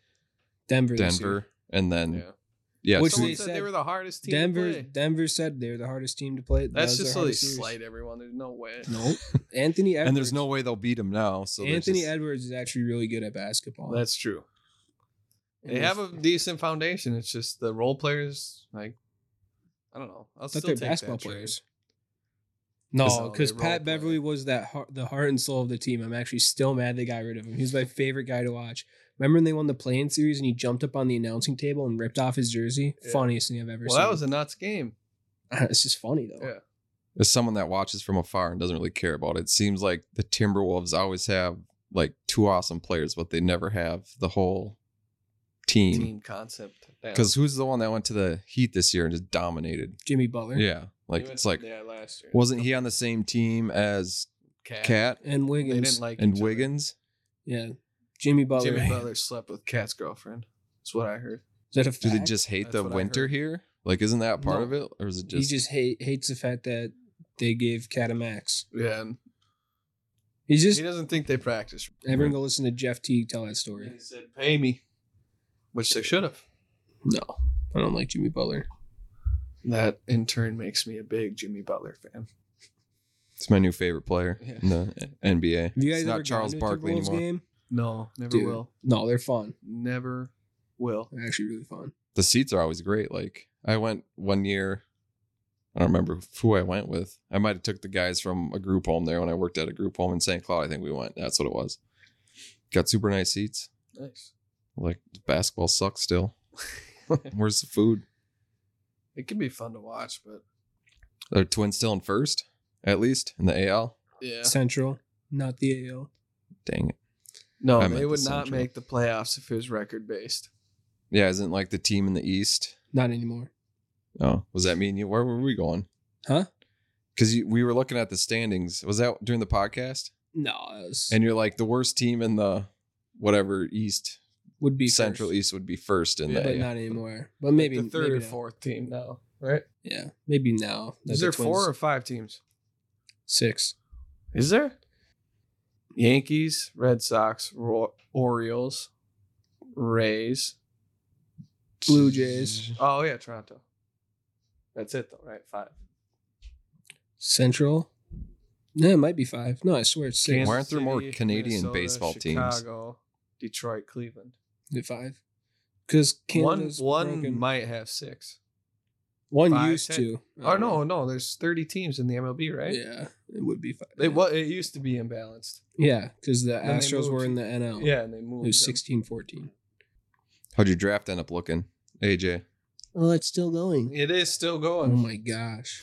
S5: Denver. this year.
S3: Denver, and then
S4: Yeah.
S3: yeah, yeah
S5: Which
S3: two-
S4: Someone
S5: they
S4: said, they
S5: said-
S4: were the hardest team.
S5: Denver.
S4: To play.
S5: Denver said they're the hardest team to play.
S4: That's
S5: That was
S4: just
S5: their
S4: so they
S5: hardest series.
S4: slight everyone. There's no way.
S5: No, Anthony. Edwards,
S3: and there's no way they'll beat him now. So they're
S5: Anthony
S3: just-
S5: Edwards is actually really good at basketball.
S4: That's true.
S5: And
S4: They
S5: if-
S4: have a decent foundation. It's just the role players, like, I don't know. I'll
S5: but
S4: still
S5: they're
S4: take
S5: basketball
S4: that trade.
S5: players.
S4: No,
S5: No, because
S4: Oh, they role
S5: Pat
S4: play.
S5: Beverly was that heart, the heart and soul of the team. I'm actually still mad they got rid of him. He was my favorite guy to watch. Remember when they won the play-in series and he jumped up on the announcing table and ripped off his jersey?
S4: Yeah.
S5: Funniest thing I've ever
S4: Well,
S5: seen.
S4: that was a nuts game.
S5: it's just funny though.
S4: Yeah.
S3: as someone that watches from afar and doesn't really care about it, it seems like the Timberwolves always have like two awesome players, but they never have the whole team.
S4: Team concept. down.
S3: Because who's the one that went to the Heat this year and just dominated?
S5: Jimmy Butler.
S3: Yeah, like
S4: He
S3: it's
S4: went-
S3: like
S4: yeah, last year.
S3: wasn't he on the same team as
S4: Cat?
S3: Cat
S5: And
S4: They didn't
S5: Wiggins.
S4: like
S3: and
S4: each other.
S3: Wiggins?
S5: yeah. Jimmy Butler.
S4: Jimmy Butler slept with Cat's girlfriend. That's what I heard.
S5: Is that a
S3: Do
S5: fact?
S3: they just hate
S4: That's
S3: the
S4: what I
S3: winter
S4: heard.
S3: here? Like, isn't that part
S5: No.
S3: of it, or is it
S5: he
S3: just?
S5: just hate, hates the fact that they gave Cat a max.
S4: Yeah, and
S5: He's
S4: he
S5: just
S4: doesn't think they practice.
S5: everyone go listen to Jeff Teague tell that story.
S4: He said, "Pay me," which they should have.
S5: No, I don't like Jimmy Butler.
S4: That in turn makes me a big Jimmy Butler fan.
S3: it's my new favorite player
S4: Yeah.
S3: in the NBA.
S5: Have you guys
S3: it's
S5: ever
S3: not Charles
S5: gone to a
S3: Barkley
S5: Timberwolves
S3: anymore.
S5: game?
S4: No, never
S5: Dude,
S4: will.
S5: No, they're fun.
S4: Never will.
S5: They're actually really fun.
S3: the seats are always great. Like I went one year, I don't remember who I went with. I might have took the guys from a group home there when I worked at a group home in St. Cloud. I think we went. That's what it was. Got super nice seats.
S4: Nice.
S3: Like basketball sucks still. Where's the food?
S4: It can be fun to watch, but
S3: Are twins still in first? At least in the AL.
S4: yeah,
S5: Central, not the AL.
S3: Dang it.
S4: no,
S3: I meant
S4: they
S3: the
S4: would not
S3: Central.
S4: make the playoffs if it was record based.
S3: Yeah, isn't like the team in the East?
S5: Not anymore.
S3: Oh, was that mean you? Where were we going?
S5: Huh?
S3: Because we were looking at the standings. Was that during the podcast?
S5: No, it was,
S3: And you're like the worst team in the whatever East
S5: would be
S3: Central
S5: first,
S3: East would be first in
S4: Yeah,
S3: the
S5: but
S3: yeah.
S5: not anymore. But maybe
S4: the third
S5: maybe
S4: or
S5: now.
S4: fourth team now, right?
S5: Yeah, maybe now. that
S4: Is
S5: the
S4: there
S5: Twins-
S4: four or five teams?
S5: six?
S4: Is there? Yankees, Red Sox, Ro- Orioles, Rays.
S5: Blue Jays,
S4: Oh yeah, Toronto. That's it though, right? Five.
S5: Central. No, it might be five. No, I swear it's six.
S4: Kansas
S3: Why aren't there more
S4: City,
S3: Canadian
S4: Minnesota,
S3: baseball teams?
S4: Chicago, Detroit, Cleveland.
S5: Is it five? Because Canada's
S4: one one
S5: broken.
S4: might have six.
S5: one
S4: five,
S5: used
S4: ten.
S5: to. Uh,
S4: Oh no, no, there's 30 teams in the MLB, right?
S5: Yeah, it would be five.
S4: It, well, it used to be imbalanced.
S5: Yeah, because the
S4: they
S5: Astros were
S4: moved.
S5: in the NL.
S4: Yeah, and they
S5: it
S4: moved.
S5: was
S4: them.
S5: 16-14.
S3: How'd your draft end up looking, AJ?
S5: Oh, it's still going.
S4: It is still
S5: Oh
S4: going.
S5: my gosh.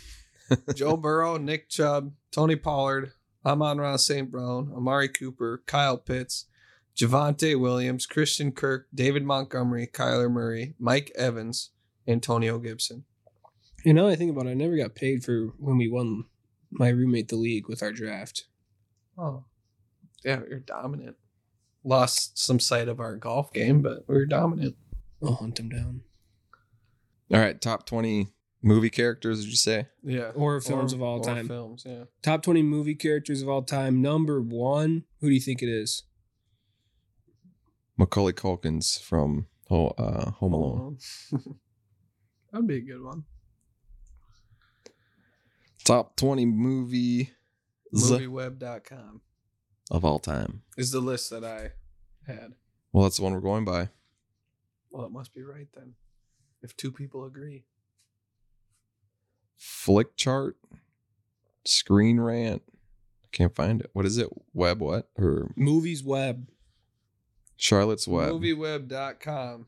S4: Joe Burrow, Nick Chubb, Tony Pollard, Amon Ross St. Brown, Amari Cooper, Kyle Pitts, Javante Williams, Christian Kirk, David Montgomery, Kyler Murray, Mike Evans, Antonio Gibson.
S5: You know, I think about it, I never got paid for when we won my roommate the league with our draft.
S4: Oh. Yeah, we were dominant. Lost some sight of our golf game, but we were dominant.
S5: I'll hunt him down.
S3: All right, top twenty movie characters. Did you say?
S4: Yeah.
S5: Or films of all
S4: or
S5: time.
S4: Films, yeah.
S5: Top 20 movie characters of all time. Number one. Who do you think it is?
S3: Macaulay Culkins from Ho- uh, Home Alone.
S4: That'd be a good one.
S3: Top 20 movies
S4: Movieweb.com
S3: of all time.
S4: is the list that I had.
S3: Well, that's the one we're going by.
S4: Well, it must be right then. If two people agree.
S3: Flick chart, screen rant. Can't find it. What is it? Web what? Or
S5: Movies Web.
S3: Charlotte's Web.
S4: Movieweb.com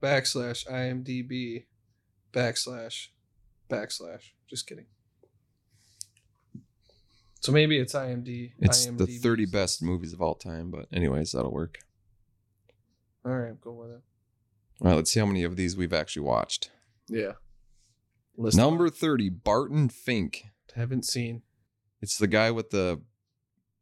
S4: backslash IMDb backslash backslash. Just kidding. So maybe it's IMD.
S3: It's the
S4: IMDb's.
S3: 30 best movies of all time, but anyways, that'll work.
S4: All right, I'm cool with it.
S3: All right, let's see how many of these we've actually watched.
S4: Yeah. List
S3: Number 30, Barton Fink.
S4: haven't seen.
S3: It's the guy with the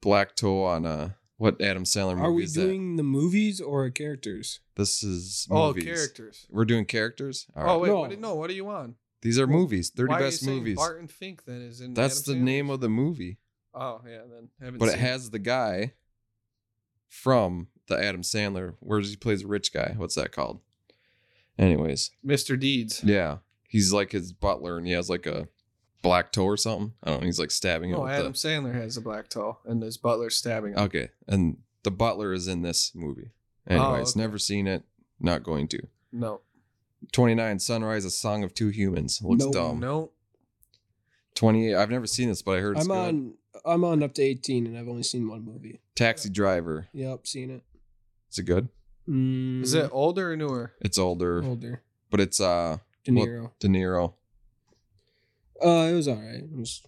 S3: black toe on uh what Adam Sandler movie
S5: Are we
S3: is
S5: doing the movies or characters?
S3: that? This is
S4: Oh,
S3: movies.
S4: characters.
S3: We're doing characters? All right.
S4: Oh wait,
S5: No.
S4: what, do- no. What are you on?
S3: These are movies. 30
S4: Why are you
S3: best
S4: saying
S3: movies.
S4: Barton Fink then is in.
S3: That's
S4: Adam
S3: the
S4: Sandler?
S3: name of the movie.
S4: Oh yeah, then haven't.
S3: But it
S4: seen
S3: has the guy from the Adam Sandler where he plays a rich guy. What's that called? Anyways.
S4: Mr. Deeds.
S3: Yeah. He's like his butler and he has like a black toe or something. I don't know. He's like stabbing him
S4: No,
S3: with
S4: Oh, Adam Sandler has a black toe and his butler stabbing
S3: the
S4: him.
S3: Okay. And the butler is in this movie.
S4: Oh,
S3: Anyways,
S4: okay.
S3: never seen it. Not going to.
S4: No,
S3: 29 sunrise a song of two humans looks
S5: No,
S3: dumb
S4: no.
S3: 28 i've never seen this but i heard it's
S5: I'm
S3: good
S5: on I'm on up to 18 and I've only seen one movie.
S3: taxi driver
S5: Yep, seen it.
S3: is it good
S5: Mm,
S4: Is it older or newer?
S3: it's older
S5: older?
S3: but it's uh
S5: De
S3: Well-
S5: Niro.
S3: de niro
S5: Uh, it was all right. It was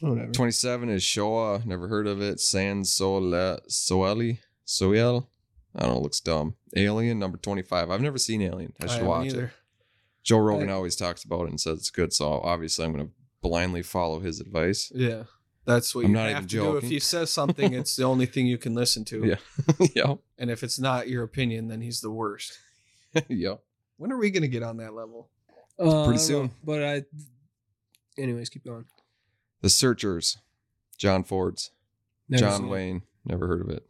S5: whatever.
S3: 27 is shoa never heard of it san Sola, soeli soel i don't know looks dumb alien number 25 i've never seen alien i should
S4: haven't
S3: watch it
S4: either.
S3: joe rogan
S5: I-
S3: always talks about it and says it's good so obviously i'm gonna blindly follow his advice
S4: Yeah, that's what
S3: I'm
S4: you
S3: not
S4: have
S3: even
S4: to do.
S3: joking.
S4: If he says something, it's the only thing you can listen to.
S3: Yeah. yep
S4: and if it's not your opinion, then he's the worst.
S3: yep
S4: When are we gonna get on that level?
S5: Uh, I
S3: pretty
S5: don't
S3: soon.
S5: know, but I. Anyways, keep going.
S3: the searchers john ford's
S5: Never seen
S3: john
S5: it.
S3: wayne never heard of it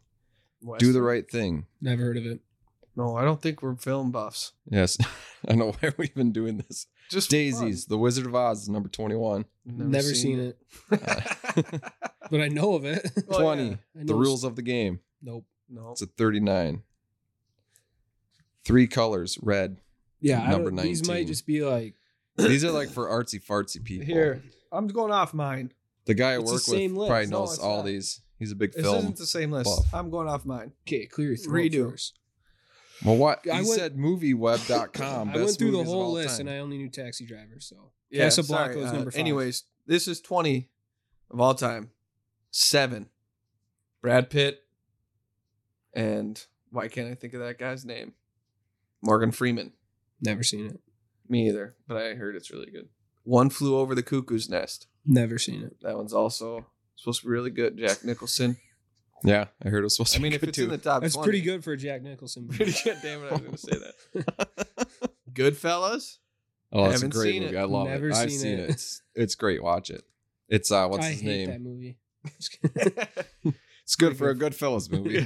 S3: do
S4: Western?
S3: the right thing.
S5: Never heard of it.
S4: No, I don't think we're film buffs.
S3: Yes. I don't know why we've been doing this.
S4: Just
S3: Daisies, The Wizard of Oz, number 21.
S4: fun.
S5: Never, seen, it. but I know of it.
S4: Well,
S3: 20.
S4: yeah.
S5: I
S3: The
S5: know-
S3: Rules of the Game.
S5: Nope.
S4: no,
S3: It's a 39. Three colors, red.
S5: Yeah, I
S3: Number
S5: don't- These
S3: 19.
S5: might just be like
S3: These are like for artsy fartsy people.
S4: here I'm going off mine.
S3: The guy I
S5: It's the
S3: work with
S5: same list.
S3: probably
S4: No,
S3: knows
S4: it's
S3: all
S4: not.
S3: these. He's a big
S4: This
S3: film.
S4: isn't the same list.
S3: buff.
S4: I'm going off mine.
S5: okay, clear your throat
S4: Redo.
S5: first.
S3: well, what? You
S5: I went-
S3: said movieweb.com.
S5: I went through the whole list and I only knew Taxi Driver. So Casablanca was number five.
S4: uh, Anyways, this is 20 of all time. Seven. Brad Pitt. And why can't I think of that guy's name? Morgan Freeman.
S5: never seen it.
S4: Me either, but I heard it's really good. One Flew Over the Cuckoo's Nest.
S5: Never seen it.
S4: That one's also supposed to be really good. Jack Nicholson.
S3: Yeah, I heard it was supposed
S4: I
S3: to
S4: mean,
S3: be
S4: if
S3: good
S4: it's
S3: too.
S4: in the top
S5: That's
S4: 20.
S5: pretty good for a Jack Nicholson. movie.
S4: Pretty good. Damn it, I was going to say that. Goodfellas.
S3: oh, that's a
S4: haven't
S3: great
S4: seen
S3: movie.
S4: it.
S3: I love
S5: Never
S3: it. I've
S5: seen
S3: seen,
S5: it.
S3: it. It's, it's great. Watch it. It's, uh, what's
S5: I
S3: his
S5: hate
S3: name?
S5: that movie. Just kidding.
S4: yeah.
S3: It's good for a Goodfellas movie.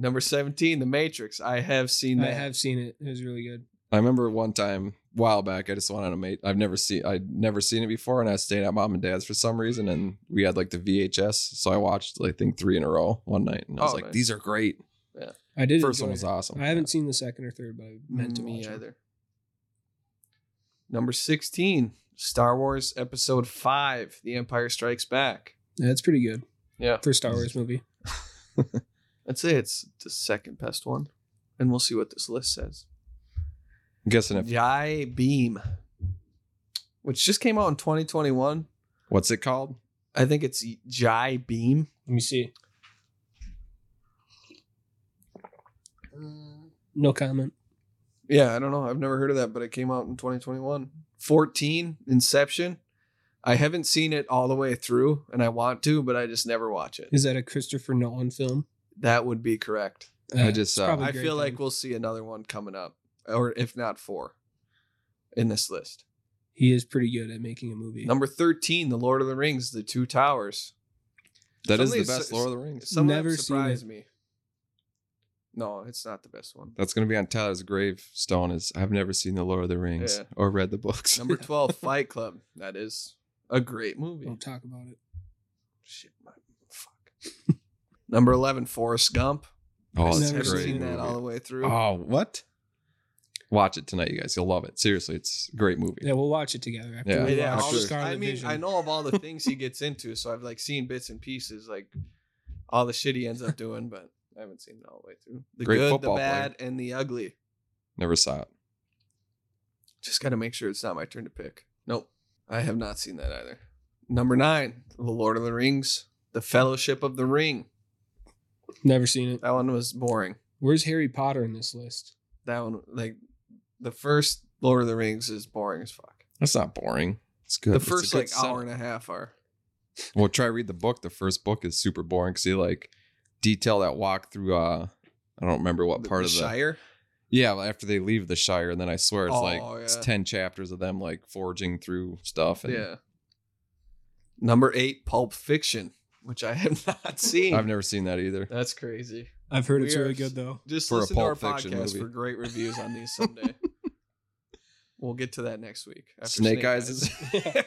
S4: Number 17, The Matrix. I have seen
S5: I
S4: that.
S5: have seen it. It was really good.
S3: I remember one time a while back, I just went on a mate. I've never seen I'd never seen it before, and I was staying at mom and dad's for some reason, and we had like the VHS, so I watched I think three in a row one night, and I was
S4: Oh,
S3: like,
S4: nice.
S3: "These are great."
S5: I did.
S3: First
S5: enjoy
S3: one was
S5: it.
S3: awesome.
S5: I haven't seen the second or third, but I meant to
S4: Mm, me
S5: watch it.
S4: either. Number 16, Star Wars Episode 5, The Empire Strikes Back.
S5: Yeah, it's pretty good
S4: Yeah.
S5: for a Star Wars movie.
S4: I'd say it's the second best one. And we'll see what this list says.
S3: I'm guessing if
S4: Jai Beam, which just came out in 2021.
S3: what's it called?
S4: I think it's Jai Beam.
S5: Let me see. No comment.
S4: Yeah, I don't know. I've never heard of that, but it came out in 2021. 14, Inception. I haven't seen it all the way through, and I want to, but I just never watch it.
S5: Is that a Christopher Nolan film?
S4: That would be correct.
S3: I
S5: Uh,
S3: just
S5: it's
S3: uh,
S5: probably-
S4: I
S5: great
S4: feel like
S5: then.
S4: we'll see another one coming up, or if not four, in this list.
S5: he is pretty good at making a movie.
S4: Number 13, The Lord of the Rings, The Two Towers.
S3: that
S4: Some
S3: is
S4: of
S3: the
S4: these-
S3: best Lord of the Rings.
S4: Some
S5: Never
S4: never
S5: seen
S4: surprised me. No, it's not the best one.
S3: That's gonna be on Tyler's gravestone. Is I've never seen the Lord of the Rings
S4: Yeah.
S3: or read the books.
S4: Number 12, Fight Club. That is a great movie.
S5: Don't talk about it.
S4: Shit, my fuck. Number 11, Forrest Gump.
S3: oh,
S5: I've
S3: that's
S5: never
S3: great.
S4: seen that
S3: movie.
S4: all the way through.
S3: Oh, what? Watch it tonight, you guys. You'll love it. Seriously, it's a great movie.
S5: Yeah, we'll watch it together after
S3: Yeah.
S5: we
S4: yeah,
S5: watch
S4: all
S3: sure.
S4: the-
S5: Scarlet
S4: I mean,
S5: Vision.
S4: I know of all the things he gets into, so I've like seen bits and pieces, like all the shit he ends up doing, but I haven't seen it all the way through. The
S3: Great
S4: good, the
S3: football player.
S4: bad, and the ugly.
S3: Never saw it.
S4: Just got to make sure it's not my turn to pick. Nope. I have not seen that either. Number nine, The Lord of the Rings, The Fellowship of the Ring.
S5: Never seen it.
S4: That one was boring.
S5: Where's Harry Potter in this list?
S4: That one, like, the first Lord of the Rings is boring as fuck.
S3: That's not boring. It's good.
S4: the
S3: It's a
S4: first,
S3: good
S4: like,
S3: setup.
S4: hour and a half are.
S3: Well, try read the book. The first book is super boring because they like detail that walk through. Uh, I don't remember what
S4: the-
S3: part
S4: the
S3: of the
S4: Shire?
S3: yeah. well, After they leave the Shire, and then I swear it's like
S4: Oh,
S3: it's
S4: yeah.
S3: ten chapters of them like foraging through stuff. And
S4: Yeah. Number eight, Pulp Fiction, which I have not seen.
S3: I've never seen that either.
S4: That's crazy.
S5: I've heard
S4: it's
S5: it's
S4: We are-
S5: really
S4: really
S5: good
S4: good,
S5: though.
S4: Just
S3: For a
S4: listen to our
S3: Pulp Fiction
S4: podcast
S3: movie.
S4: for great reviews on these someday. we'll get to that next week. after
S3: Snake, Eyes is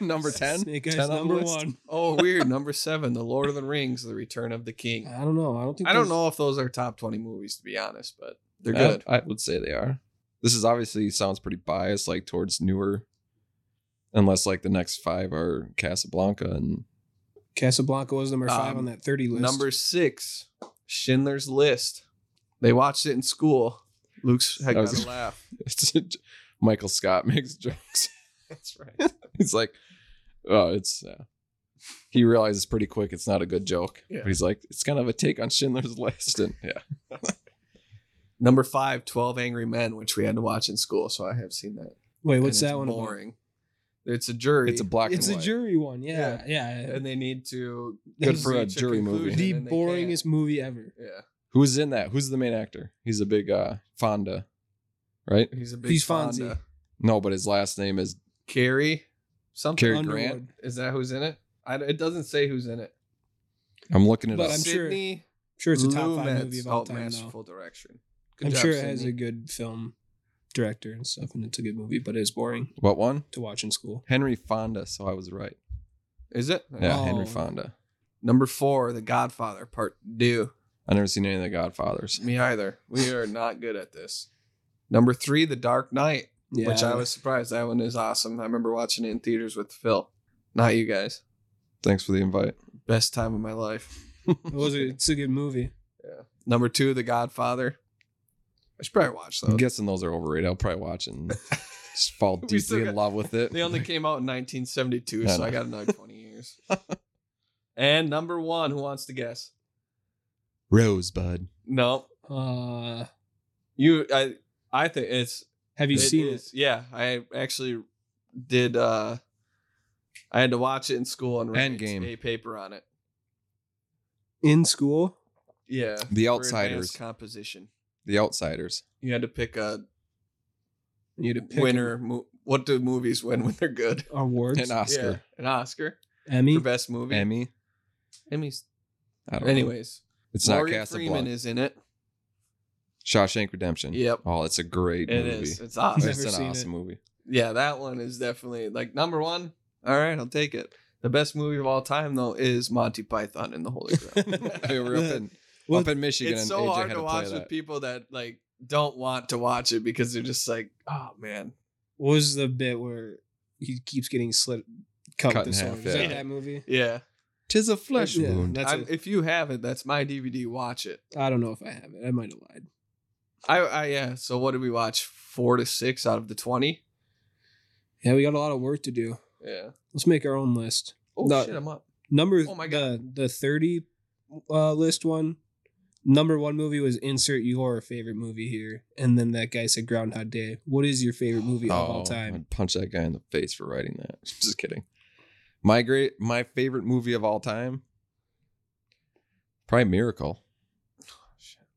S3: number ten.
S5: Snake Eyes
S3: 10 on the
S5: number
S3: list?
S5: one.
S4: oh, weird. Number seven, The Lord of the Rings, The Return of the King.
S5: I don't know. I don't think
S4: I don't
S5: there's-
S4: know if those are top 20 movies, to be honest, but they're
S3: I-
S4: good.
S3: I, would say they are. This is obviously sounds pretty biased, like towards newer, unless like the next five are Casablanca and
S5: Casablanca was number five
S4: Um,
S5: on that thirty list.
S4: Number six, Schindler's List. They watched it in school. Luke's had
S3: I
S4: got
S3: was-
S4: to laugh.
S3: it's, Michael Scott makes jokes.
S4: That's right.
S3: He's like, oh, it's. Uh, he realizes pretty quick it's not a good joke.
S4: Yeah.
S3: But he's like, it's kind of a take on Schindler's List, and yeah,
S4: Number five, 12 Angry Men, which we had to watch in school, so I have seen that.
S5: Wait,
S4: And
S5: what's
S4: it's
S5: that one? about?
S4: Boring. It's a jury.
S3: it's a black
S5: It's
S3: and
S5: a
S3: white.
S5: jury one. Yeah, yeah.
S4: and they need to
S5: Good for
S3: a
S4: reach
S3: jury movie.
S4: conclusion,
S5: The
S4: and they can't.
S5: boringest movie ever.
S4: Yeah,
S3: Who's in that? Who's the main actor? He's a big uh, Fonda, right?
S4: he's a big
S5: He's Fonzie.
S4: Fonzie.
S3: No, but his last name is
S4: Carrie, something.
S3: Cary
S5: Underwood.
S3: Grant?
S4: Is that who's in it? I, it doesn't say who's in it.
S3: I'm looking it
S5: But
S3: up.
S5: I'm sure-
S4: Sydney
S5: Sure, it's a top five
S4: Lumet's-
S5: movie of all
S4: oh,
S5: time though.
S4: masterful direction. Good
S5: I'm
S4: job,
S5: sure it has a
S4: Sydney.
S5: good film director and stuff, and it's a good movie, but it's boring
S3: what one?
S5: to watch in school.
S3: Henry Fonda. So I was right.
S4: Is it?
S3: Yeah,
S5: Oh.
S3: Henry Fonda.
S4: Number four, The Godfather Part Two.
S3: I never seen any of the Godfathers.
S4: Me either. We are not good at this. Number three, The Dark Knight.
S5: Yeah,
S4: which I was surprised. That one is awesome. I remember watching it in theaters with Phil. Not you guys.
S3: Thanks for the invite.
S4: Best time of my life.
S5: It was a, it's a good movie.
S4: Number two, The Godfather. I should probably watch
S3: I'm
S4: those.
S3: guessing those are overrated. I'll probably watch and just fall
S4: We still
S3: deeply in
S4: got-
S3: love with it.
S4: They only came out in 1972,
S3: I
S4: so I
S3: know.
S4: got another 20 years. and number one, who wants to guess?
S3: Rosebud.
S4: No,
S5: Uh,
S4: you. I. I think it's.
S5: have you seen it?
S4: is- Yeah, I actually did. uh I had to watch it in school and write
S3: Endgame.
S4: a paper on it.
S5: in school?
S4: Yeah,
S3: The
S4: for
S3: Outsiders.
S4: advanced composition.
S3: The Outsiders.
S4: You had to pick a
S5: You had to pick
S4: winner. Mo- what do movies win when they're good?
S5: awards,
S3: An Oscar.
S4: Yeah, an Oscar
S5: Emmy.
S4: for best movie.
S3: Emmy.
S4: Emmys.
S3: I don't know.
S4: Anyways,
S3: It's not
S4: Morgan
S3: Casablanca.
S4: Freeman is in it.
S3: Shawshank Redemption.
S4: Yep.
S3: Oh, it's a great
S4: It
S3: movie.
S4: is. It's
S5: I've
S4: awesome.
S5: never
S3: It's an
S5: seen
S3: awesome movie.
S4: yeah, that one is definitely like number one. All right, I'll take it. The best movie of all time though is Monty Python and the Holy
S3: We
S4: Grail.
S3: were up in,
S5: Well,
S3: up in Michigan
S4: it's
S3: and
S4: so
S3: AJ
S4: hard
S3: had
S4: to
S3: to
S4: watch
S3: play
S4: with
S3: that.
S4: people that like don't want to watch it because they're just like, oh man,
S5: What was the bit where he keeps getting slit cut,
S3: Cut
S5: with the
S3: in
S5: sword?
S3: half,
S5: Is
S4: yeah.
S5: that that movie?
S4: yeah.
S3: Tis a flesh
S5: Yeah,
S3: wound.
S5: That's
S4: I'm,
S5: it.
S4: if you have it, that's my DVD. Watch it.
S5: I don't know if I have it. I might have lied.
S4: I, I yeah. So what did we watch? Four to six out of the twenty.
S5: Yeah, we got a lot of work to do.
S4: Yeah.
S5: Let's make our own list.
S4: Oh
S5: No.
S4: shit, I'm up.
S5: Number
S4: Oh my
S5: the the thirty uh, list one. Number one movie was insert your favorite movie here, and then that guy said Groundhog Day. What is your favorite movie of all
S3: Oh,
S5: time?
S3: I'd punch that guy in the face for writing that. Just kidding. My great, my favorite movie of all time, probably Miracle.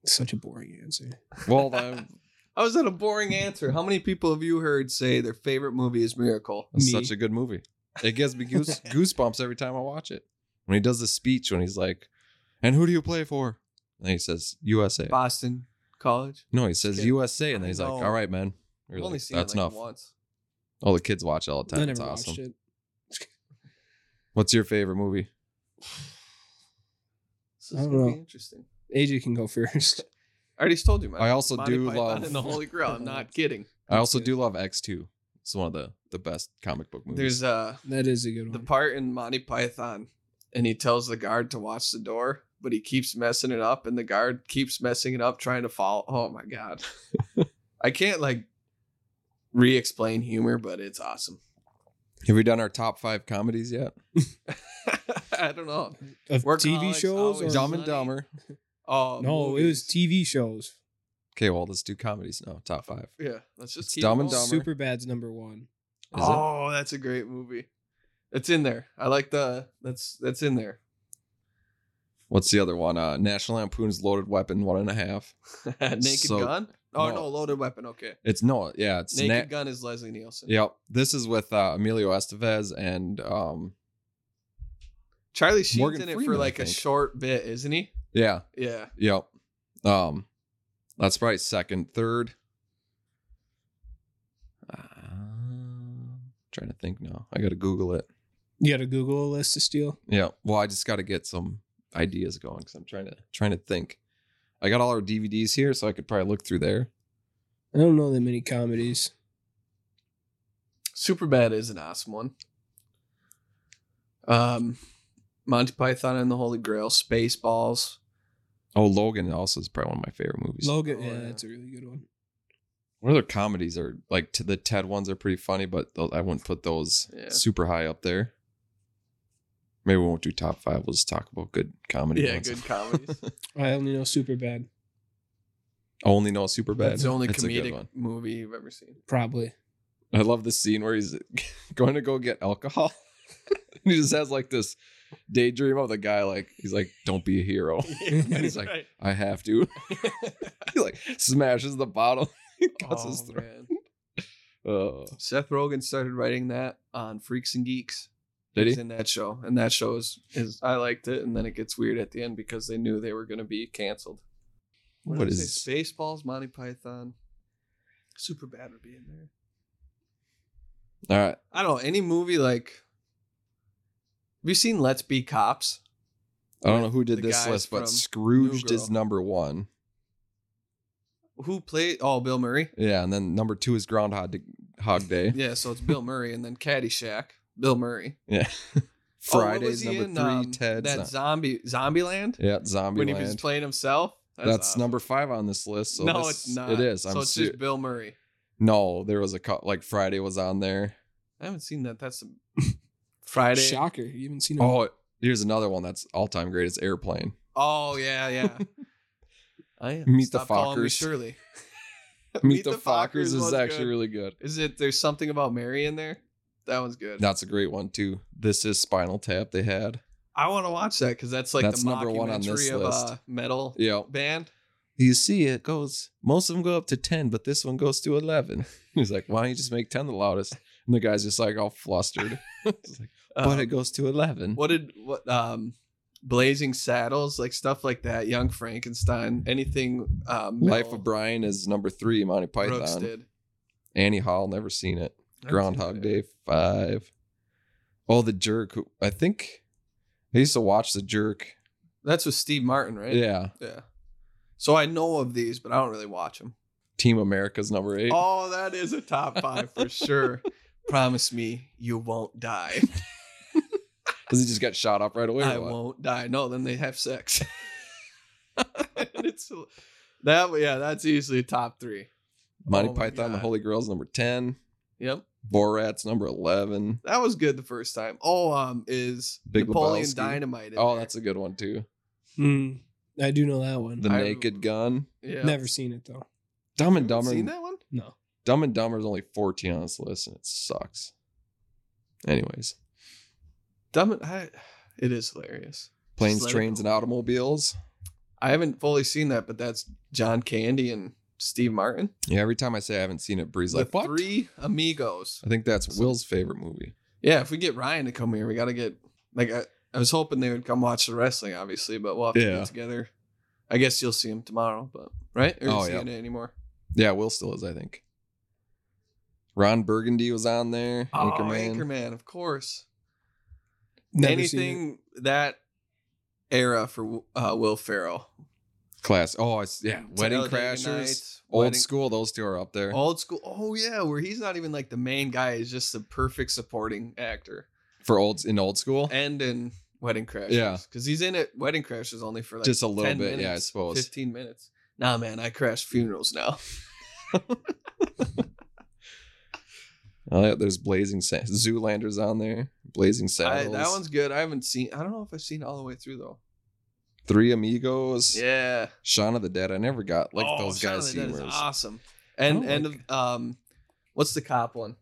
S5: Such a boring answer.
S3: Well, I'm,
S4: I was at a boring answer. How many people have you heard say their favorite movie is Miracle?
S3: That's
S5: Me.
S3: such a good movie. It gives me goose, goosebumps every time I watch it. When he does the speech, when he's like, "And who do you play for?" and he says, "USA."
S4: Boston college.
S3: No, he says
S4: kidding.
S3: USA, and then he's like,
S4: No.
S3: "All right, man." We
S4: I've
S3: were
S4: only
S3: like,
S4: seen
S3: That's
S4: it like
S3: enough.
S4: once.
S3: All the kids watch it all the
S5: I
S3: time. It's
S5: never
S3: awesome.
S5: watched it.
S3: What's your favorite movie?
S4: This
S5: I
S4: is
S5: don't
S4: gonna
S5: know.
S4: be interesting.
S5: AJ can go first.
S4: I already told you, man.
S3: I also
S4: Monty
S3: do
S4: Python
S3: love-
S4: and the Holy Grail. I'm not kidding.
S3: I also
S5: too.
S3: do love X two. It's one of the the best comic book movies. Mm-hmm.
S4: There's uh
S5: That is a good
S4: the
S5: one.
S4: part in Monty Python, and he tells the guard to watch the door, but he keeps messing it up, and the guard keeps messing it up, trying to follow. Oh my god, I can't like re-explain humor, but it's awesome.
S3: Have we done our top five comedies yet?
S4: I don't know.
S5: Of TV
S4: Workaholics
S5: shows? Or,
S4: always-
S3: Dumb and
S4: Funny.
S3: Dumber.
S4: Oh
S5: no, it was
S4: movies.
S5: TV shows.
S3: Okay, well, let's do comedies now. Top five.
S4: yeah. Let's just
S3: It's
S4: keep
S3: Dumb
S4: it
S3: and
S4: going.
S3: Dumber.
S5: Superbad's number one.
S3: Is it?
S4: oh, that's a great movie. It's in there. I like the that's that's in there.
S3: What's the other one? Uh, National Lampoon's Loaded Weapon, one and a half.
S4: Naked
S3: So-
S4: Gun. Oh no.
S3: no.
S4: Loaded Weapon. Okay.
S3: It's no, yeah, it's
S4: Naked
S3: Na-
S4: Gun is Leslie Nielsen.
S3: Yep. This is with uh, Emilio Estevez and um,
S4: Charlie Sheen's
S3: Morgan
S4: in it
S3: Freeman,
S4: for
S3: I
S4: like a
S3: think.
S4: short bit, isn't he?
S3: yeah,
S4: Yeah.
S3: yep. Um, that's probably second, third. Uh, trying to think now. I gotta Google it.
S5: You got to Google a list to steal.
S3: Yeah. Well, I just got to get some ideas going because I'm trying to trying to think. I got all our DVDs here, so I could probably look through there.
S5: I don't know that many comedies.
S4: Superbad is an awesome one. Um, Monty Python and the Holy Grail, Spaceballs.
S3: Oh, Logan also is probably one of my favorite movies.
S5: Logan,
S4: Oh,
S5: yeah,
S4: yeah.
S5: that's a really good one.
S3: What other comedies are like t- the Ted ones are pretty funny, but tho- I wouldn't put those
S4: Yeah.
S3: super high up there. Maybe we won't do top five. We'll just talk about good comedy.
S4: Yeah,
S3: ones.
S4: good comedies.
S5: I only know Superbad,
S3: I only know super bad.
S4: That's the only comedic movie you've ever seen.
S5: probably.
S3: I love the scene where he's going to go get alcohol. he just has like this daydream of the guy. Like he's like, "Don't be a hero." and he's like,
S4: Right.
S3: "I have to." he like smashes the bottle. cuts his
S4: Oh,
S3: throat.
S4: man.
S3: Uh,
S4: Seth Rogen started writing that on Freaks and Geeks.
S3: did
S4: He's
S3: he?
S4: in that show, and that show is, is I liked it, and then it gets weird at the end because they knew they were going to be canceled.
S3: What
S4: did I
S3: is-
S4: say? Spaceballs, Monty Python, Superbad would be in there.
S3: All right.
S4: I don't know any movie like. Have you seen Let's Be Cops?
S3: I don't know who did
S4: The
S3: this
S4: guys
S3: list,
S4: from
S3: but Scrooged
S4: New
S3: is
S4: Girl.
S3: number one.
S4: Who played? Oh, Bill Murray.
S3: Yeah, and then number two is Groundhog Day- Hog Day.
S4: Yeah, so it's Bill Murray, and then Caddyshack. Bill Murray.
S3: Yeah.
S4: Oh, what
S3: Friday's
S4: was he
S3: number
S4: in,
S3: three.
S4: um,
S3: Ted's
S4: that
S3: not-
S4: zombie Zombieland
S3: yeah, Zombie
S4: when he was playing himself.
S3: That's,
S4: awesome.
S3: number five on this list. So
S4: no,
S3: this-
S4: it's not.
S3: It is. I'm
S4: so it's
S3: ser-
S4: just Bill Murray.
S3: no. There was a co- like Friday was on there.
S4: I haven't seen that. That's a Friday.
S5: Shocker, you haven't seen it.
S3: Oh, here's another one that's all time great. It's Airplane.
S4: Oh yeah, yeah. I
S3: Meet the
S4: stop calling me
S3: Fockers.
S4: Shirley.
S3: Meet, the, Fockers is
S4: was
S3: actually
S4: good.
S3: really good.
S4: Is it? There's something about Mary in there. That one's good.
S3: That's a great one too. This is Spinal Tap. They had.
S4: I want to watch that because that's like
S3: That's
S4: the
S3: number one on this
S4: mockumentary of
S3: list.
S4: a metal
S3: Yeah. Mm-hmm.
S4: band.
S3: You see, it goes. Most of them go up to ten, but this one goes to eleven. He's like, "Why don't you just make ten the loudest?" And the guy's just like all flustered. It's like, but
S4: Um,
S3: it goes to eleven.
S4: what did what um Blazing Saddles like stuff like that? Young Frankenstein, anything? Um,
S3: Life of Brian is number three. Monty Python.
S4: Brooks did.
S3: Annie Hall. Never seen it.
S4: Never seen
S3: Groundhog
S4: that.
S3: Day five. Oh, the jerk. who- I think I used to watch the jerk.
S4: That's with Steve Martin, right?
S3: Yeah.
S4: yeah. So I know of these, but I don't really watch them.
S3: Team America's number eight.
S4: Oh, that is a top five for sure. Promise me you won't die.
S3: Because he just got shot up right away. or
S4: I
S3: what?
S4: won't die. No, then they have sex. and it's that yeah, that's easily top three.
S3: Monty
S4: Oh my
S3: Python, the
S4: God.
S3: Holy Grail's number ten.
S4: Yep.
S3: Borat's number eleven.
S4: That was good the first time. Oh, um, is
S3: Big
S4: Napoleon
S3: Lebowski.
S4: Dynamite? in
S3: Oh,
S4: there.
S3: that's a good one too.
S5: Hmm. I do know that one.
S3: The
S4: I-
S3: Naked Gun.
S4: Mm. yeah.
S5: Never seen it though.
S3: Dumb
S4: You
S3: and
S4: haven't
S3: Dumber.
S4: Seen that one?
S5: No.
S3: Dumb and Dumber is only fourteen on this list, and it sucks. Anyways,
S4: Dumb. And, I, it is hilarious.
S3: planes,
S4: let it
S3: trains,
S4: go.
S3: and automobiles.
S4: I haven't fully seen that, but that's John Candy and Steve Martin.
S3: Yeah, every time I say I haven't seen it, Bree's
S4: The
S3: like, "What?"
S4: Three amigos.
S3: I think that's Will's favorite movie.
S4: Yeah, if we get Ryan to come here, we got to get like I, I was hoping they would come watch the wrestling, obviously, but we'll have to
S3: Yeah.
S4: get together. I guess you'll see him tomorrow, but right? Or
S3: Oh,
S4: is he
S3: yeah.
S4: in it anymore?
S3: Yeah, Will still is, I think. Ron Burgundy was on there. Anchorman.
S4: Oh, Anchorman, of course.
S5: Never seen it.
S4: Anything that era for uh, Will Ferrell.
S3: Class. Oh, it's yeah. Wedding
S4: Talladega
S3: Crashers.
S4: Nights,
S3: Old
S4: Wedding-
S3: school. Those two are up there.
S4: Old school. Oh yeah, where he's not even like the main guy; he's just the perfect supporting actor.
S3: For old in old school.
S4: And in Wedding Crashers,
S3: Yeah.
S4: because he's in it. Wedding Crashers only for like
S3: Just a little
S4: 10
S3: bit, yeah, I
S4: minutes,
S3: suppose.
S4: fifteen minutes. Nah, man, I crash funerals now.
S3: Oh, yeah, there's Blazing Sa- Zoolander's on there. Blazing
S4: I,
S3: Saddles.
S4: that one's good. I haven't seen. I don't know if I've seen all the way through though.
S3: Three Amigos.
S4: Yeah,
S3: Shaun of the Dead. I never got like
S4: Oh,
S3: those
S4: Shaun of
S3: guys'
S4: the Dead is
S3: humors.
S4: awesome.
S3: I
S4: And
S3: don't
S4: and um, what's the cop one?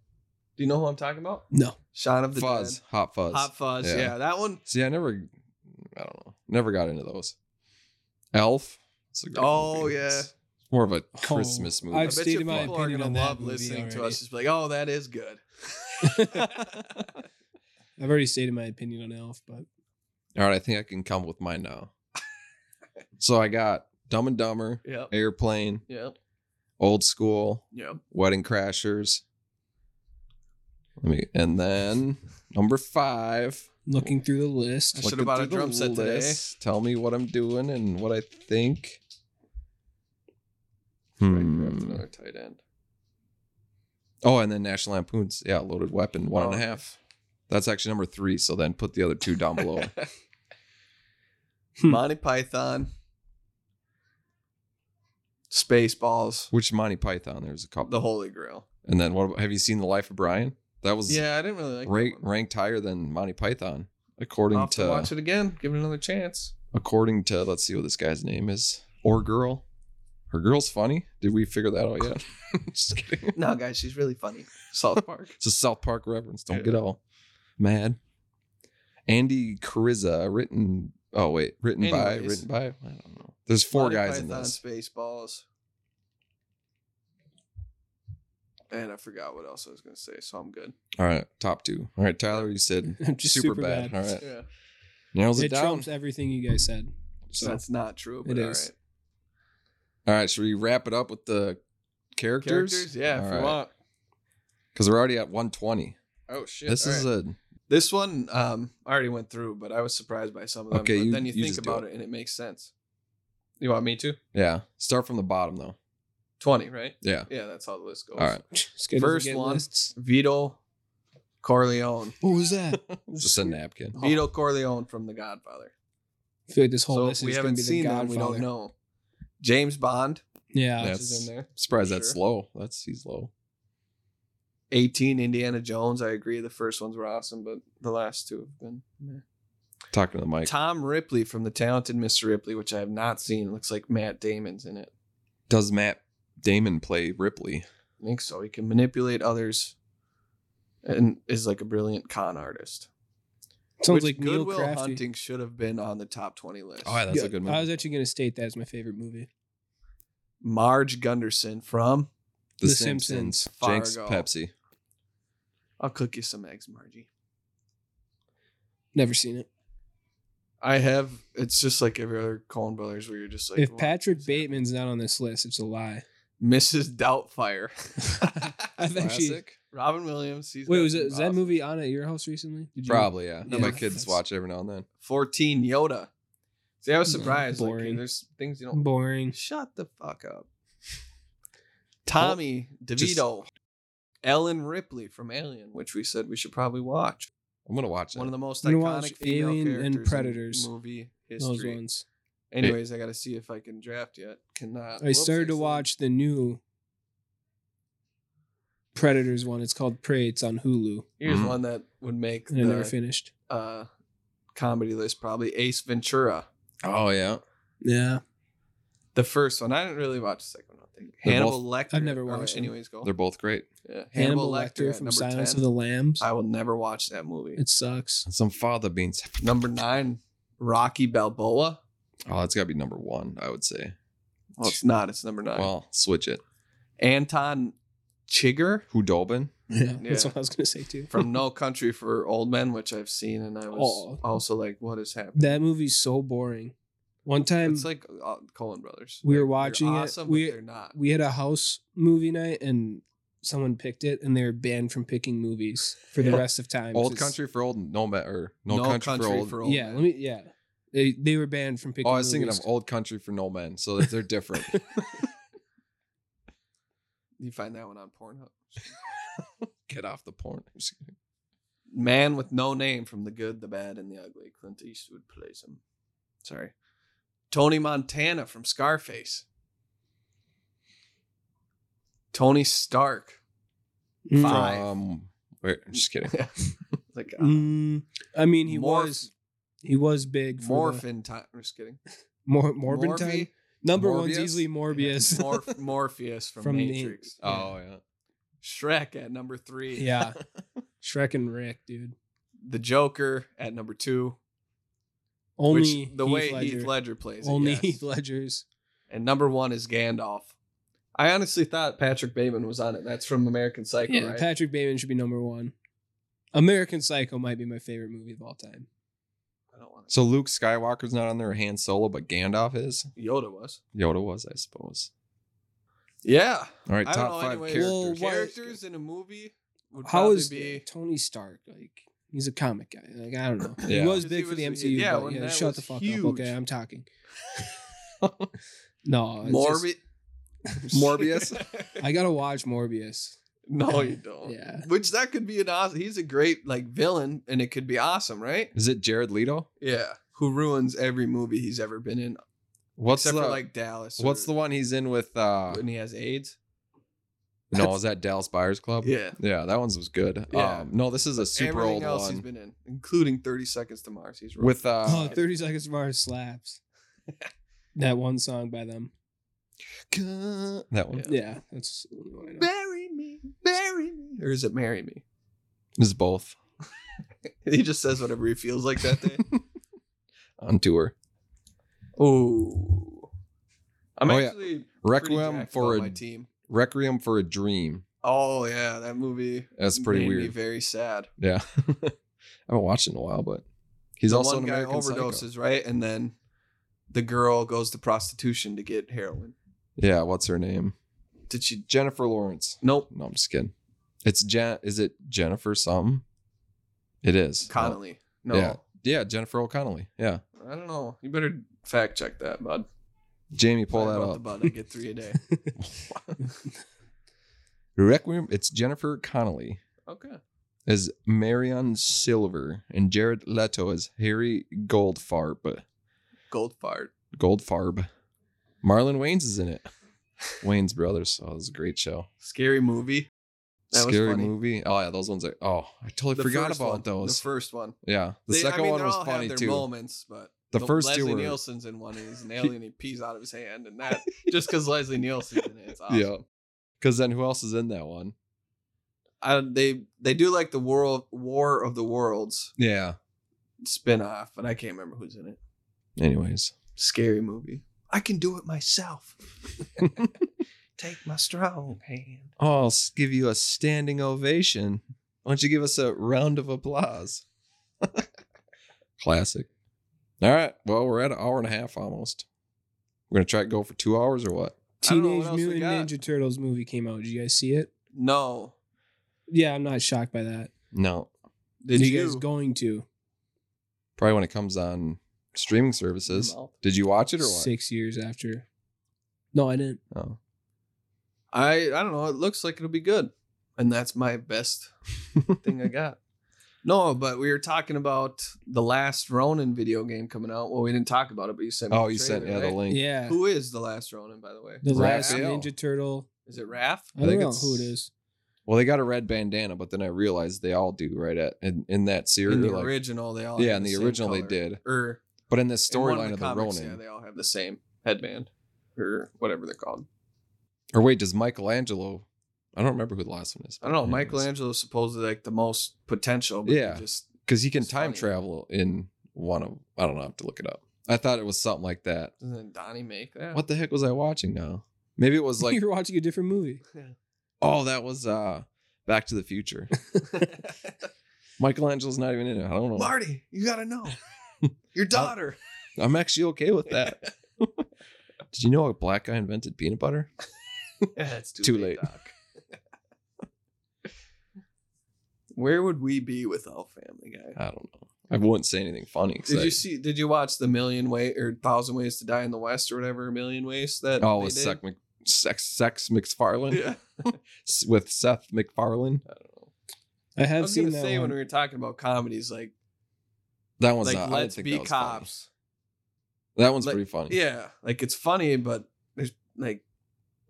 S4: Do you know who I'm talking about?
S5: No.
S4: Shaun of the
S3: Fuzz.
S4: Dead.
S3: Hot Fuzz.
S4: Hot Fuzz.
S3: Yeah.
S4: Yeah. that one.
S3: See, I never, I don't know, never got into those. Elf. It's a great
S4: Oh,
S3: movie.
S4: yeah.
S3: It's more of a
S5: Cool.
S3: Christmas movie.
S4: I
S5: I've
S4: bet you
S5: stated my
S4: people are
S5: opinion
S4: gonna
S5: on that
S4: love
S5: movie
S4: listening to
S5: already.
S4: us. Just be like, oh, that is good.
S5: I've already stated my opinion on Elf, but
S3: All right, I think I can come with mine now. so I got Dumb and Dumber,
S4: yep.
S3: Airplane,
S4: Yep.
S3: Old School,
S4: Yep.
S3: Wedding Crashers. Let me, and then number five.
S5: looking through the list,
S4: I should've
S3: looking
S4: bought a
S3: through the
S4: drum set today.
S3: Tell me what I'm doing and what I think.
S4: Right,
S3: Hmm.
S4: grabbed another tight end.
S3: Oh, and then National Lampoon's, yeah, Loaded Weapon, one and a half.
S4: Oh.
S3: That's actually number three. So then put the other two down below.
S5: Hmm.
S4: Monty Python. Spaceballs.
S3: Which Monty Python? There's a couple.
S4: The Holy Grail.
S3: and then what? About, have you seen The Life of Brian? That was
S4: Yeah, I didn't really like. that
S3: ra-
S4: one.
S3: ranked higher than Monty Python,
S4: I'll
S3: according
S4: have to watch
S3: to
S4: it again. Give it another chance.
S3: according to let's see what this guy's name is or girl. Her girl's funny. Did we figure that out yet? Just kidding.
S4: No, guys, she's really funny. South Park.
S3: It's a South Park reference. Don't get all mad. Andy Cariza, written. Oh wait, written by
S4: Anyways.
S3: written by. I don't know. There's four
S4: Monty
S3: guys in
S4: Python,
S3: this.
S4: Spaceballs. And I forgot what else I was going to say, so I'm good.
S3: All right, top two. All right, Tyler, you said
S5: I'm just
S3: super,
S5: super,
S3: bad.
S5: bad.
S3: All right,
S4: Yeah.
S3: nails it,
S5: It
S3: down.
S5: trumps everything you guys said.
S4: So
S5: So
S4: that's not true, but
S5: It
S4: all
S5: is.
S4: right.
S3: All right, should we wrap it up with the characters?
S4: Characters? Yeah, if you want.
S3: Because we're already at 120.
S4: Oh shit.
S3: this is
S4: this one um I already went through, but I was surprised by some of them.
S3: Okay,
S4: but
S3: you-
S4: then you,
S3: you
S4: think
S3: just do
S4: about it. and it makes sense. You want me to?
S3: a yeah. Start from the bottom though.
S4: Twenty, right?
S3: Yeah.
S4: Yeah, that's how the list goes.
S3: All right.
S5: It's good to
S4: First
S5: get
S4: one.
S5: lists.
S4: Vito Corleone.
S5: What was that?
S3: Just a napkin.
S4: Vito Corleone from The Godfather.
S5: I feel like this whole
S4: so if
S5: list
S4: we
S5: is going
S4: haven't
S5: to be
S4: seen
S5: the
S4: that. We
S5: Godfather.
S4: don't know. James Bond
S5: Yeah,
S3: Yeah.
S4: is in there.
S3: Surprised
S4: For
S3: that's
S4: sure.
S3: low. That's he's low.
S4: 18 Indiana Jones. I agree. The first ones were awesome, but the last two have been. meh.
S3: Talking to the mic.
S4: Tom Ripley from The Talented Mr. Ripley, which I have not seen. Looks like Matt Damon's in it.
S3: Does Matt Damon play Ripley?
S4: I think so. He can manipulate others and is like a brilliant con artist.
S5: sounds
S4: Which
S5: like Neil
S4: Goodwill
S5: Crafty.
S4: Hunting should have been on the top 20 list.
S3: Oh, yeah, that's
S5: Yeah,
S3: a good
S5: I
S3: movie.
S5: was actually going to state that as my favorite movie.
S4: Marge Gunderson from
S3: the,
S5: The
S3: Simpsons.
S5: Simpsons.
S3: Jenks
S4: Fargo.
S3: Pepsi.
S4: I'll cook you some eggs, Margie.
S5: Never seen it.
S4: I have, it's just like every other Coen Brothers where you're just like,
S5: if
S4: what
S5: Patrick
S4: is
S5: Bateman's not on this list, it's a lie.
S4: that? Mrs. Doubtfire.
S5: I've actually.
S3: Classic?
S4: Robin Williams. He's
S5: Wait,
S4: got
S5: was
S4: some
S5: it was that
S4: awesome-
S5: movie on at your house recently? Did you-
S3: Probably, yeah.
S5: Yeah.
S3: My kids
S5: That's-
S3: watch every now and then.
S4: 14 Yoda. See, I was
S5: Yeah,
S4: surprised. like,
S5: boring.
S4: there's things you don't.
S5: Boring.
S4: Shut the fuck up. Tommy
S3: just-
S4: DeVito, Ellen Ripley from Alien, which we said we should probably watch.
S3: I'm gonna watch it.
S4: One of the most
S5: I'm gonna watch
S4: iconic female
S5: Alien and
S4: characters in
S5: Predators.
S4: movie
S5: Those
S4: history.
S5: ones.
S4: Anyways, I gotta see if I can draft yet. Cannot.
S5: I
S4: Whoops,
S5: started to
S4: said-
S5: watch the new Predators one. It's called Prey. It's on Hulu,
S4: Here's
S3: Mhm.
S4: one that would make
S5: and I never
S4: the
S5: finished.
S4: uh, comedy list probably Ace Ventura.
S3: oh yeah.
S5: Yeah,
S4: The first one. I didn't really watch the second one. I think
S3: They're
S4: Hannibal Lecter.
S5: I've never
S4: or
S5: watched them.
S4: Anyways, go.
S3: They're both great.
S4: Yeah.
S5: Hannibal, Lecter,
S4: at
S5: from
S4: number
S5: Silence
S4: 10.
S5: of the Lambs.
S4: I will never watch that movie.
S5: it sucks.
S3: Some fava beans.
S4: Number nine, Rocky Balboa.
S3: Oh, it's gotta be number one, I would say.
S4: Well, it's not. It's number nine.
S3: Well, switch it.
S4: Anton Chigurh
S3: Hudobin.
S5: Yeah, that's
S4: Yeah.
S5: what I was gonna say too.
S4: from No Country for Old Men, which I've seen, and I was
S5: Oh.
S4: also like, "What is happening?"
S5: That movie's so boring. One time
S4: it's like uh, Cohen Brothers.
S5: we were
S4: They're- they're
S5: watching it.
S4: awesome, but
S5: We-
S4: they're not.
S5: we had a house movie night and someone picked it and they were banned from picking movies for the
S4: Yeah.
S5: rest of time.
S3: Old
S5: It's-
S3: country for old, no ma- or no, country, for old.
S5: Yeah,
S4: Men.
S5: let me yeah. They they were banned from picking
S3: oh, I was thinking of
S5: movies.
S3: old country for no men, so that they're different.
S4: you find that one on Pornhub.
S3: Get off the porn. I'm just kidding.
S4: Man with no name from the good, the bad, and the ugly. Clint Eastwood plays him. Sorry, Tony Montana from Scarface. Tony Stark.
S5: Mm.
S4: Five.
S3: From- Um, wait, I'm just kidding.
S4: like uh,
S5: Mm, I mean, he
S4: Morph-
S5: was he was big for the-
S4: Morphin. Time. I'm just kidding.
S5: Mor- Morbin time. Number one's
S3: Morbius?
S5: easily Morbius.
S4: Morph- Morpheus from,
S5: From the-
S4: Matrix.
S3: Oh yeah.
S4: Shrek at number three.
S5: yeah, Shrek and Rick, dude.
S4: The Joker at number two.
S5: Only
S4: which the
S5: Heath
S4: way
S5: Ledger.
S4: Heath Ledger plays.
S5: only
S4: it, yes.
S5: Heath Ledger's.
S4: and number one is Gandalf. I honestly thought Patrick Bateman was on it. That's from American Psycho,
S5: Yeah,
S4: right?
S5: Patrick Bateman should be number one. American Psycho might be my favorite movie of all time.
S4: I don't want to.
S3: So Luke Skywalker's not on there, Han Solo, but Gandalf is.
S4: Yoda was.
S3: Yoda was, I suppose.
S4: Yeah.
S3: All right,
S4: I don't
S3: top
S4: know,
S3: five
S4: anyways.
S3: characters.
S5: Well, what-
S4: Characters in a movie would
S5: How
S4: probably
S5: is
S4: be.
S5: Tony Stark? Like he's a comic guy. Like I don't know.
S3: Yeah.
S5: He was
S4: Because
S5: big
S4: he
S5: for the
S4: was-
S5: MCU.
S4: yeah,
S5: Yeah,
S4: when
S5: yeah
S4: that
S5: shut
S4: was
S5: the fuck
S4: huge.
S5: up. Okay, I'm talking. no, it's just-
S4: Morbi-
S5: I gotta watch Morbius.
S4: no, you don't.
S5: Yeah.
S4: Which that could be an awesome. He's a great like villain, and it could be awesome, right?
S3: Is it Jared Leto?
S4: Yeah. Who ruins every movie he's ever been in,
S3: What's
S4: except
S3: the
S4: for like Dallas. or
S3: What's the one he's in with? uh
S4: when he has AIDS?
S3: No, is that Dallas Buyers Club?
S4: Yeah.
S3: yeah, that one's was good.
S4: Yeah.
S3: Um, no, this is a super
S4: Everything
S3: old
S4: else
S3: one
S4: he's been in, including Thirty Seconds to Mars. He's ruined.
S3: with uh,
S5: oh, 30 Seconds to Mars slaps. that one song by them.
S3: that one.
S4: Yeah.
S5: Yeah, that's the only one I know.
S4: bury me, bury me, or is it marry me?
S3: This is both
S4: He just says whatever he feels like that day.
S3: on tour.
S4: oh, I'm
S3: Oh, yeah.
S4: actually pretty
S3: Requiem
S4: jacked
S3: for
S4: about
S3: a
S4: my team.
S3: Requiem for a Dream.
S4: Oh yeah, that movie.
S3: That's pretty
S4: made me
S3: weird.
S4: very sad.
S3: Yeah, I haven't watched it in a while, but he's
S4: The
S3: also
S4: one
S3: an
S4: guy
S3: American Psycho.
S4: overdoses, right? And then the girl goes to prostitution to get heroin.
S3: Yeah, what's her name?
S4: Did she?
S3: Jennifer Lawrence.
S4: Nope.
S3: No, I'm just kidding. It's Jen. Is it Jennifer something? It is Uh,
S4: Connolly. No.
S3: Yeah, Jennifer O'Connelly. Yeah,
S4: I don't know. You better fact check that, bud.
S3: Jamie, pull
S4: Sorry
S3: that
S4: about
S3: up.
S4: The bud. I get three a day.
S3: Requiem. It's Jennifer Connelly
S4: okay.
S3: as Marion Silver and Jared Leto as Harry Goldfarb.
S4: Gold fart.
S3: Goldfarb. Marlon Wayans is in it. Wayans brothers. Oh, it was a great show.
S4: Scary movie. That was
S3: Scary
S4: funny.
S3: movie. Oh yeah, those ones are. Oh, I totally
S4: The
S3: forgot
S4: first
S3: about
S4: one.
S3: those.
S4: The first one.
S3: yeah, the
S4: They- I
S3: second
S4: mean,
S3: one
S4: they
S3: was
S4: all have
S3: funny
S4: their
S3: too.
S4: Moments, but
S3: The first two
S4: Leslie
S3: were-
S4: Nielsen's in one. and He's an alien. He pees out of his hand, and that just because Leslie Nielsen's in it. It's awesome.
S3: Yeah, because then who else is in that one?
S4: I, they they do like the world War of the Worlds
S3: Yeah.
S4: spinoff, but I can't remember who's in it.
S3: Anyways,
S4: Scary movie. I can do it myself. Take my strong hand.
S3: I'll s- give you a standing ovation. Why don't you give us a round of applause? Classic. All right. Well, we're at an hour and a half almost. We're gonna try to go for two hours or what?
S4: I don't know what
S5: Teenage
S4: else we
S5: Mutant
S4: got.
S5: Ninja Turtles movie came out. Did you guys see it?
S4: No,
S5: Yeah, I'm not shocked by that.
S3: No,
S4: did
S5: Are
S4: you,
S5: you, guys going to
S3: probably when it comes on streaming services.
S4: No.
S3: Did you watch it or what?
S5: six years after? No, I didn't.
S3: Oh.
S4: I I don't know. It looks like it'll be good, and that's my best thing I got. No, but we were talking about the last Ronin video game coming out. Well, we didn't talk about it, but you sent. Me
S3: Oh,
S4: the
S3: you sent yeah
S4: trailer,
S3: the
S4: right?
S3: link.
S5: Yeah,
S4: Who is the last Ronin, by the way?
S5: the last
S3: Raphael.
S5: Ninja Turtle.
S4: Is it Raph?
S3: I
S5: I, don't
S3: think
S5: know
S3: it's-
S5: who it is.
S3: Well, they got a red bandana, but then I realized they all do right at in, in that series.
S4: In the
S3: like-
S4: original, they all.
S3: yeah,
S4: had
S3: in the
S4: same
S3: original they
S4: color.
S3: did,
S4: Or
S3: but in this
S4: in one
S3: storyline of the,
S4: comics,
S3: Ronin,
S4: Yeah, they all have the same headband or whatever they're called.
S3: or wait, does Michelangelo? I don't remember who the last one is.
S4: I don't know. Michelangelo's supposedly like the most potential. But
S3: Yeah.
S4: yeah. Just
S3: because he can
S4: It's
S3: time
S4: funny.
S3: travel in one of. I don't know. I have to look it up. I thought it was something like that.
S4: doesn't Donnie make that?
S3: What the heck was I watching now? Maybe it was like,
S5: You're watching a different movie.
S3: oh, that was uh Back to the Future. Michelangelo's not even in it. I don't know.
S4: Marty, you gotta know your daughter.
S3: I'm actually okay with that. Did you know a black guy invented peanut butter?
S4: That's too,
S3: Too
S4: late. Doc. Where would we be without Family Guy?
S3: I don't know. I wouldn't say anything funny. 'cause
S4: Did
S3: I-
S4: you see? Did you watch the Million Way or Thousand Ways to Die in the West or whatever? Million Ways that
S3: Oh,
S4: they
S3: with
S4: did?
S3: Seth Mc, sex, sex McFarlane?
S4: Yeah,
S3: S- With Seth McFarlane?
S5: I
S4: I
S5: have
S4: was
S5: seen
S4: gonna
S5: that
S4: say
S5: one.
S4: when we were talking about comedies, like
S3: That one's
S4: like
S3: not. I didn't
S4: Let's
S3: think
S4: Be
S3: that was funny.
S4: Cops.
S3: That one's
S4: Let-
S3: pretty funny.
S4: Yeah, like it's funny, but there's like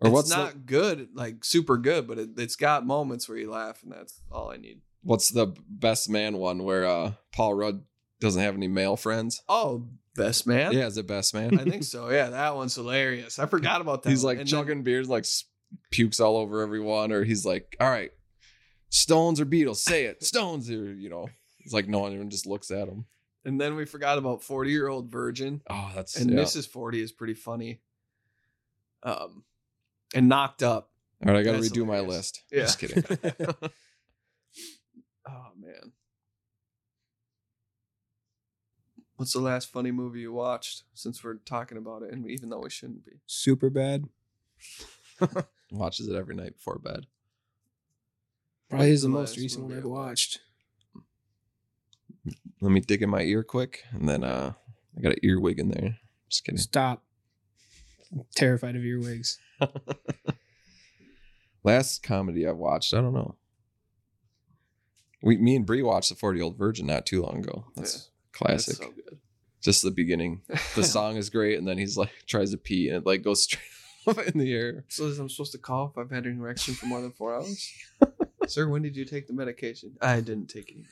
S3: Or
S4: it's
S3: what's
S4: not
S3: the,
S4: good, like super good, but it, it's got moments where you laugh, and that's all I need.
S3: what's the best man one where uh, Paul Rudd doesn't have any male friends?
S4: Oh, best man.
S3: Yeah, is it best man?
S4: I think so. Yeah, that one's hilarious. I forgot about that.
S3: he's
S4: one.
S3: like
S4: And then-
S3: chugging beers, like s- pukes all over everyone, or he's like, "All right, Stones or Beatles, say it. Stones or you know." It's like no one even just looks at him.
S4: and then we forgot about forty year old virgin.
S3: Oh, that's
S4: and
S3: yeah.
S4: Mrs. Forty is pretty funny. Um, and knocked up.
S3: all right. I got to
S4: that's
S3: redo my
S4: hilarious.
S3: list.
S4: Yeah.
S3: Just kidding.
S4: Oh man, what's the last funny movie you watched? Since we're talking about it, and even though we shouldn't be.
S5: Super bad.
S3: Watches it every night before bed.
S5: Probably is the
S4: the
S5: most
S4: last
S5: recent one
S4: movie
S5: I've
S4: I
S5: watched.
S3: Let me dig in my ear quick, and then uh, I got an earwig in there. Just kidding.
S5: Stop. I'm terrified of earwigs.
S3: Last comedy I watched, I don't know. We, me and Bree watched The 40 Year Old Virgin not too long ago. That's
S4: That's
S3: classic.
S4: so good.
S3: Just the beginning. The song is great, and then he's like tries to pee, and it like goes straight up in the air.
S4: So I'm supposed to call if I've had an erection for more than four hours? Sir, when did you take the medication? I didn't take any.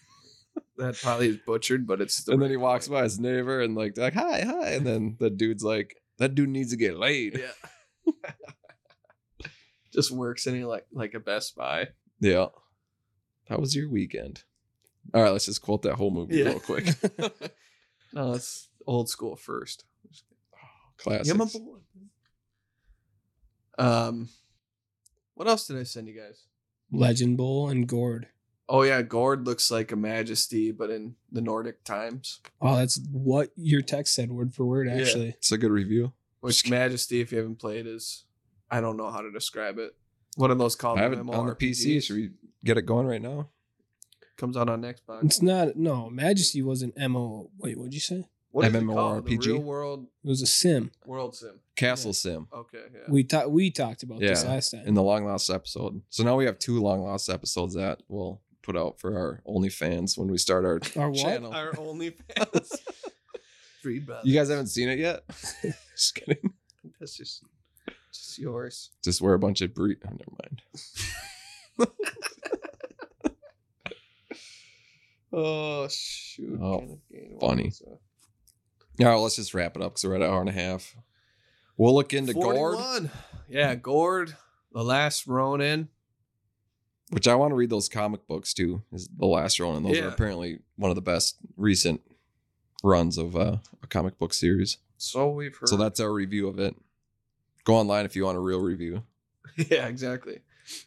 S4: That probably is butchered, but it's the
S3: and then he walks by his neighbor and like like hi hi, and then the dude's like that dude needs to get laid.
S4: Yeah. Just works in like like a Best Buy.
S3: Yeah. How was your weekend? All right, let's just quote that whole movie
S4: Yeah.
S3: real quick.
S4: no, that's old school first.
S3: Classic.
S4: boy. Um, what else did I send you guys?
S5: Legend Bowl and Gourd.
S4: Oh yeah, Gord looks like a majesty, but in the Nordic times.
S5: Oh, that's what your text said word for word,
S4: Yeah.
S5: actually.
S3: It's a good review.
S4: Which majesty, if you haven't played, is I don't know how to describe it. What are those called?
S3: I have it on the PC. Should we get it going right now?
S4: comes out on Xbox.
S5: It's not, no, Majesty wasn't MO. Wait, what'd you say?
S4: What is it called? The
S3: MMORPG?
S4: real world
S5: It was a sim.
S4: world sim.
S3: Castle Sim.
S4: Okay, yeah.
S5: We, ta- we talked about this
S3: Yeah,
S5: last time.
S3: in the long lost episode. So now we have two long lost episodes that we'll put out for our OnlyFans when we start our
S5: Our what?
S3: channel.
S4: Our only fans. Three brothers.
S3: you guys haven't seen it yet? just kidding.
S4: That's just, just yours.
S3: Just wear a bunch of bre. Oh, never mind.
S4: Oh shoot!
S3: Oh,
S4: Kenneth Gainwell
S3: funny.
S4: was, uh,
S3: All right, let's just wrap it up because we're at an hour and a half. We'll look into Gord,
S4: 41. Yeah, Gord, the last Ronin.
S3: which I want to read those comic books too. Is the last run, and those are
S4: Yeah.
S3: apparently one of the best recent runs of uh, a comic book series.
S4: So we've heard.
S3: So that's our review of it. Go online if you want a real review.
S4: yeah, exactly.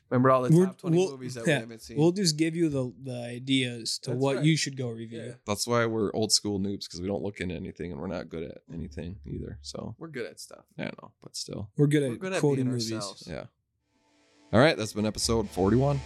S4: Remember all the
S5: We're-
S4: top 20
S5: we'll-
S4: movies that
S5: yeah,
S4: we haven't seen.
S5: We'll just give you the, the ideas to
S4: That's
S5: what
S4: right.
S5: you should go
S4: yeah,
S5: review.
S3: That's why we're old school noobs because we don't look into anything and we're not good at anything either. So
S4: we're good at stuff.
S3: I don't know, but still,
S5: We're good
S4: We're
S5: at
S4: good at
S5: quoting
S4: being
S5: movies.
S4: ourselves.
S3: yeah. All right, that's been episode 41.